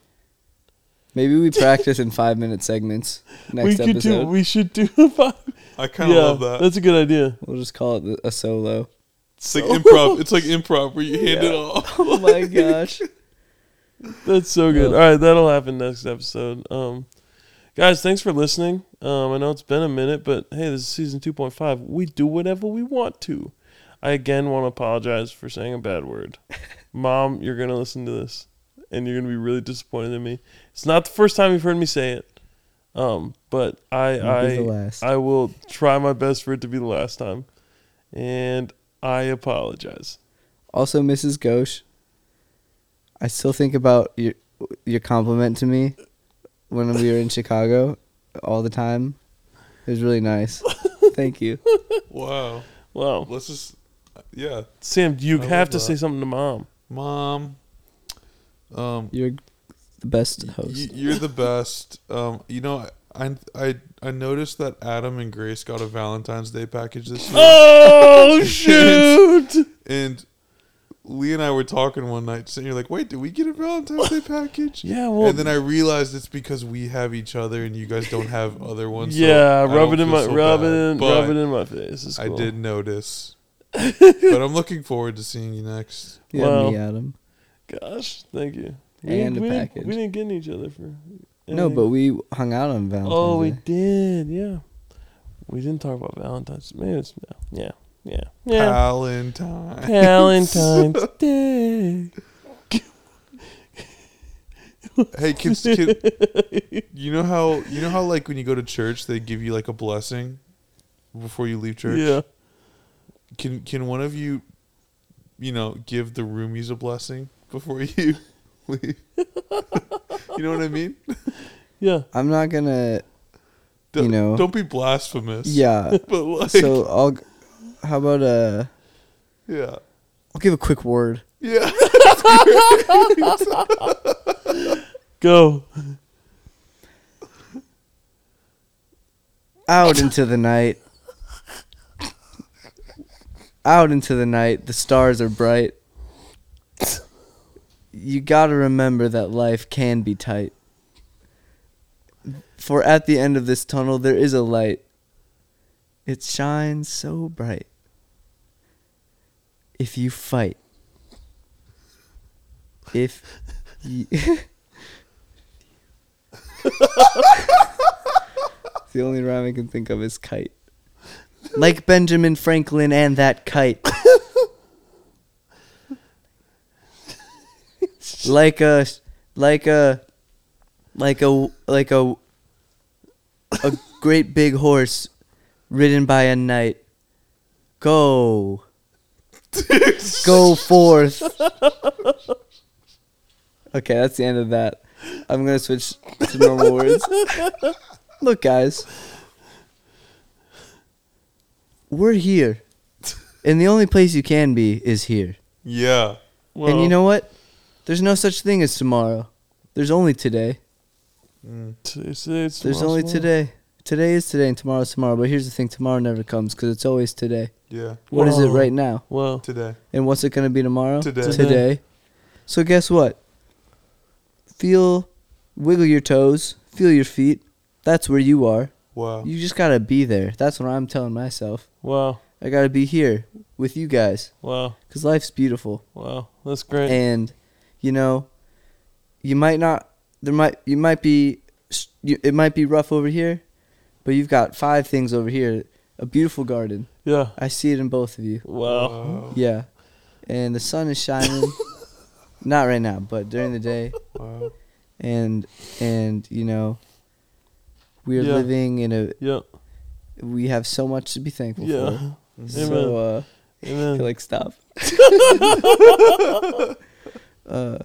[laughs] Maybe we practice in five minute segments next we could episode. do. We should do. [laughs] a five- I kind of yeah, love that. That's a good idea. we'll just call it the- [laughs] a solo. It's like improv. It's like improv where you hand it off. [laughs] [laughs] Oh my gosh. That's so good. Yeah. All right, that'll happen next episode. Um, guys, thanks for listening. Um, I know it's been a minute, but hey, this is season two point five. We do whatever we want to. I again want to apologize for saying a bad [laughs] word. Mom, you're gonna listen to this, and you're gonna be really disappointed in me. It's not the first time you've heard me say it. Um, but I, Won't be I, the last. I will try my best for it to be the last time, and I apologize. Also, Mrs. Ghosh, I still think about your your compliment to me when we were in Chicago all the time. It was really nice. [laughs] Thank you. Wow. Wow, Let's just. Yeah, Sam, you I have love to say that. something to mom. mom. Um, You're the best Y- host. [laughs] you're the best. Um, you know, I, I I noticed that Adam and Grace got a Valentine's Day package this year, [laughs] Oh shoot! and Lee and I were talking one night, sitting here like, "Wait, did we get a Valentine's [laughs] Day package?" yeah, well, and then I realized it's because we have each other, and you guys don't have other ones. so yeah, I rub don't it in feel my so rub it bad, in but rub it in my face. It's cool. I [laughs] did notice, but I'm looking forward to seeing you next. Yeah, Wow. me, Adam. Gosh, thank you. And didn't- a we didn't- package. we didn't get each other for. No, anything. but we hung out on Valentine's oh, we Day. did. Yeah, we didn't talk about Valentine's. Maybe it's no. Yeah, yeah, yeah. Valentine. Valentine's Day. [laughs] Hey, kids, kid, [laughs] you know how you know how like when you go to church they give you like a blessing before you leave church. Yeah. Can can one of you, you know, give the roomies a blessing before [laughs] you leave? [laughs] you know what I mean? Yeah. I'm not gonna. [laughs] You know. Don't be blasphemous. Yeah. But like, so I'll. g- How about uh? yeah, I'll give a quick word. yeah. Go. Out into the night. Out into the night. The stars are bright. You gotta remember that life can be tight. For at the end of this tunnel, there is a light. It shines so bright. If you fight. If. You [laughs] the only rhyme I can think of is kite. [laughs] Like Benjamin Franklin and that [laughs] kite. like a. Like a. Like a. Like a. A great big horse ridden by a knight. Go. [laughs] Go forth. Okay, that's the end of that. I'm gonna switch to normal words. Look, guys, we're here, and the only place you can be is here. Yeah. Well, and you know what? There's no such thing as tomorrow. There's only today. Mm, it's, it's There's only possible. today. Today is today, and tomorrow's tomorrow. But here's the thing: tomorrow never comes because it's always today. Yeah. What is it Whoa. right now? Wow. Today. And what's it going to be tomorrow? Today. Today. Today. So guess what? Feel, wiggle your toes, feel your feet. That's where you are. Wow. You just got to be there. That's what I'm telling myself. Wow. I got to be here with you guys Wow. because life's beautiful. Wow. That's great. And, you know, you might not, there might, you might be, s- you- it might be rough over here, but you've got five things over here. A beautiful garden. yeah. I see it in both of you. Wow. Wow. Yeah. And the sun [laughs] is shining. Not right now, but during the day. Wow. And and you know we are Yeah. living in a Yeah. we have so much to be thankful Yeah. for. Amen. So uh Amen. like stop. uh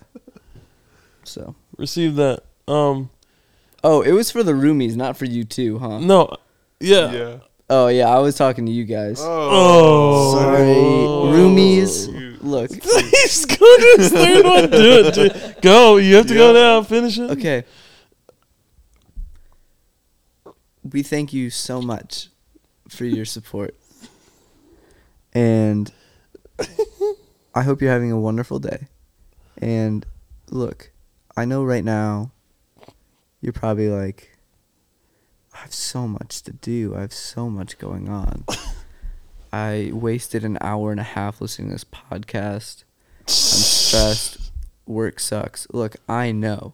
so Receive that. Um. Oh, it was for the roomies, not for you too, huh? No. Yeah. [laughs] Yeah. Oh yeah, I was talking to you guys. Oh. Sorry. Oh. Roomies. You- Look. He's good. His third one. Do it. dude. Go. You have to go Yeah. now. Finish it. Okay. We thank you so much for your support. And I hope you're having a wonderful day. And look, I know right now you're probably like, I have so much to do. I have so much going on. I wasted an hour and a half listening to this podcast. I'm stressed. Work sucks. Look, I [laughs] know.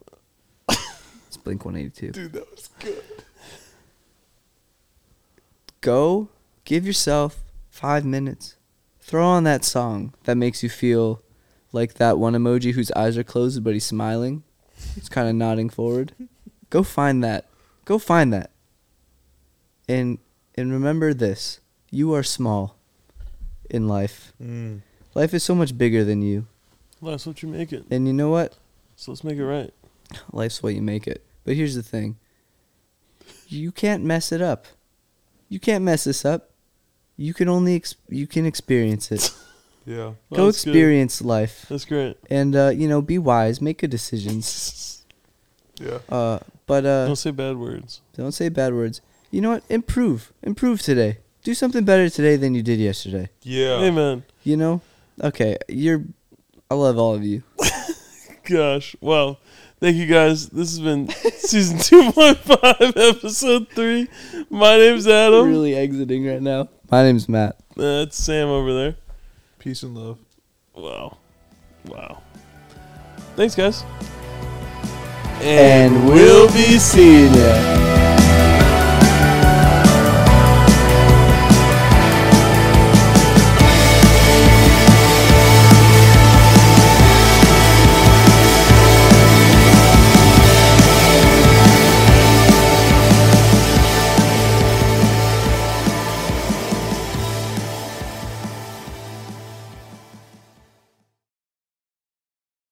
It's Blink 182. Dude, that was good. Go give yourself five minutes. Throw on that song that makes you feel like that one emoji whose eyes are closed but he's smiling. He's kind of nodding [laughs] forward. Go find that. Go find that. And and remember this. You are small in life. Mm. Life is so much bigger than you. Well, That's what you make it. And you know what? So let's make it right. Life's what you make it. But here's the thing you can't mess it up. You can't mess this up. You can only ex- you can [laughs] experience it. Yeah. Well, Go that's good. experience life, That's great. and uh, you know, be wise, make good decisions. Yeah. Uh, but [laughs] uh, Don't say bad words. don't say bad words. You know what? Improve, improve today. Do something better today than you did yesterday. Yeah. Amen. You know? Okay, you're. I love all of you. Gosh. Wow. Thank you guys. This has been [laughs] season 2.5, [laughs] episode 3. My name's Adam. I'm really exiting right now. My name's Matt. That's Sam over there. Peace and love. Wow. Wow. Thanks, guys. And we'll be seeing you.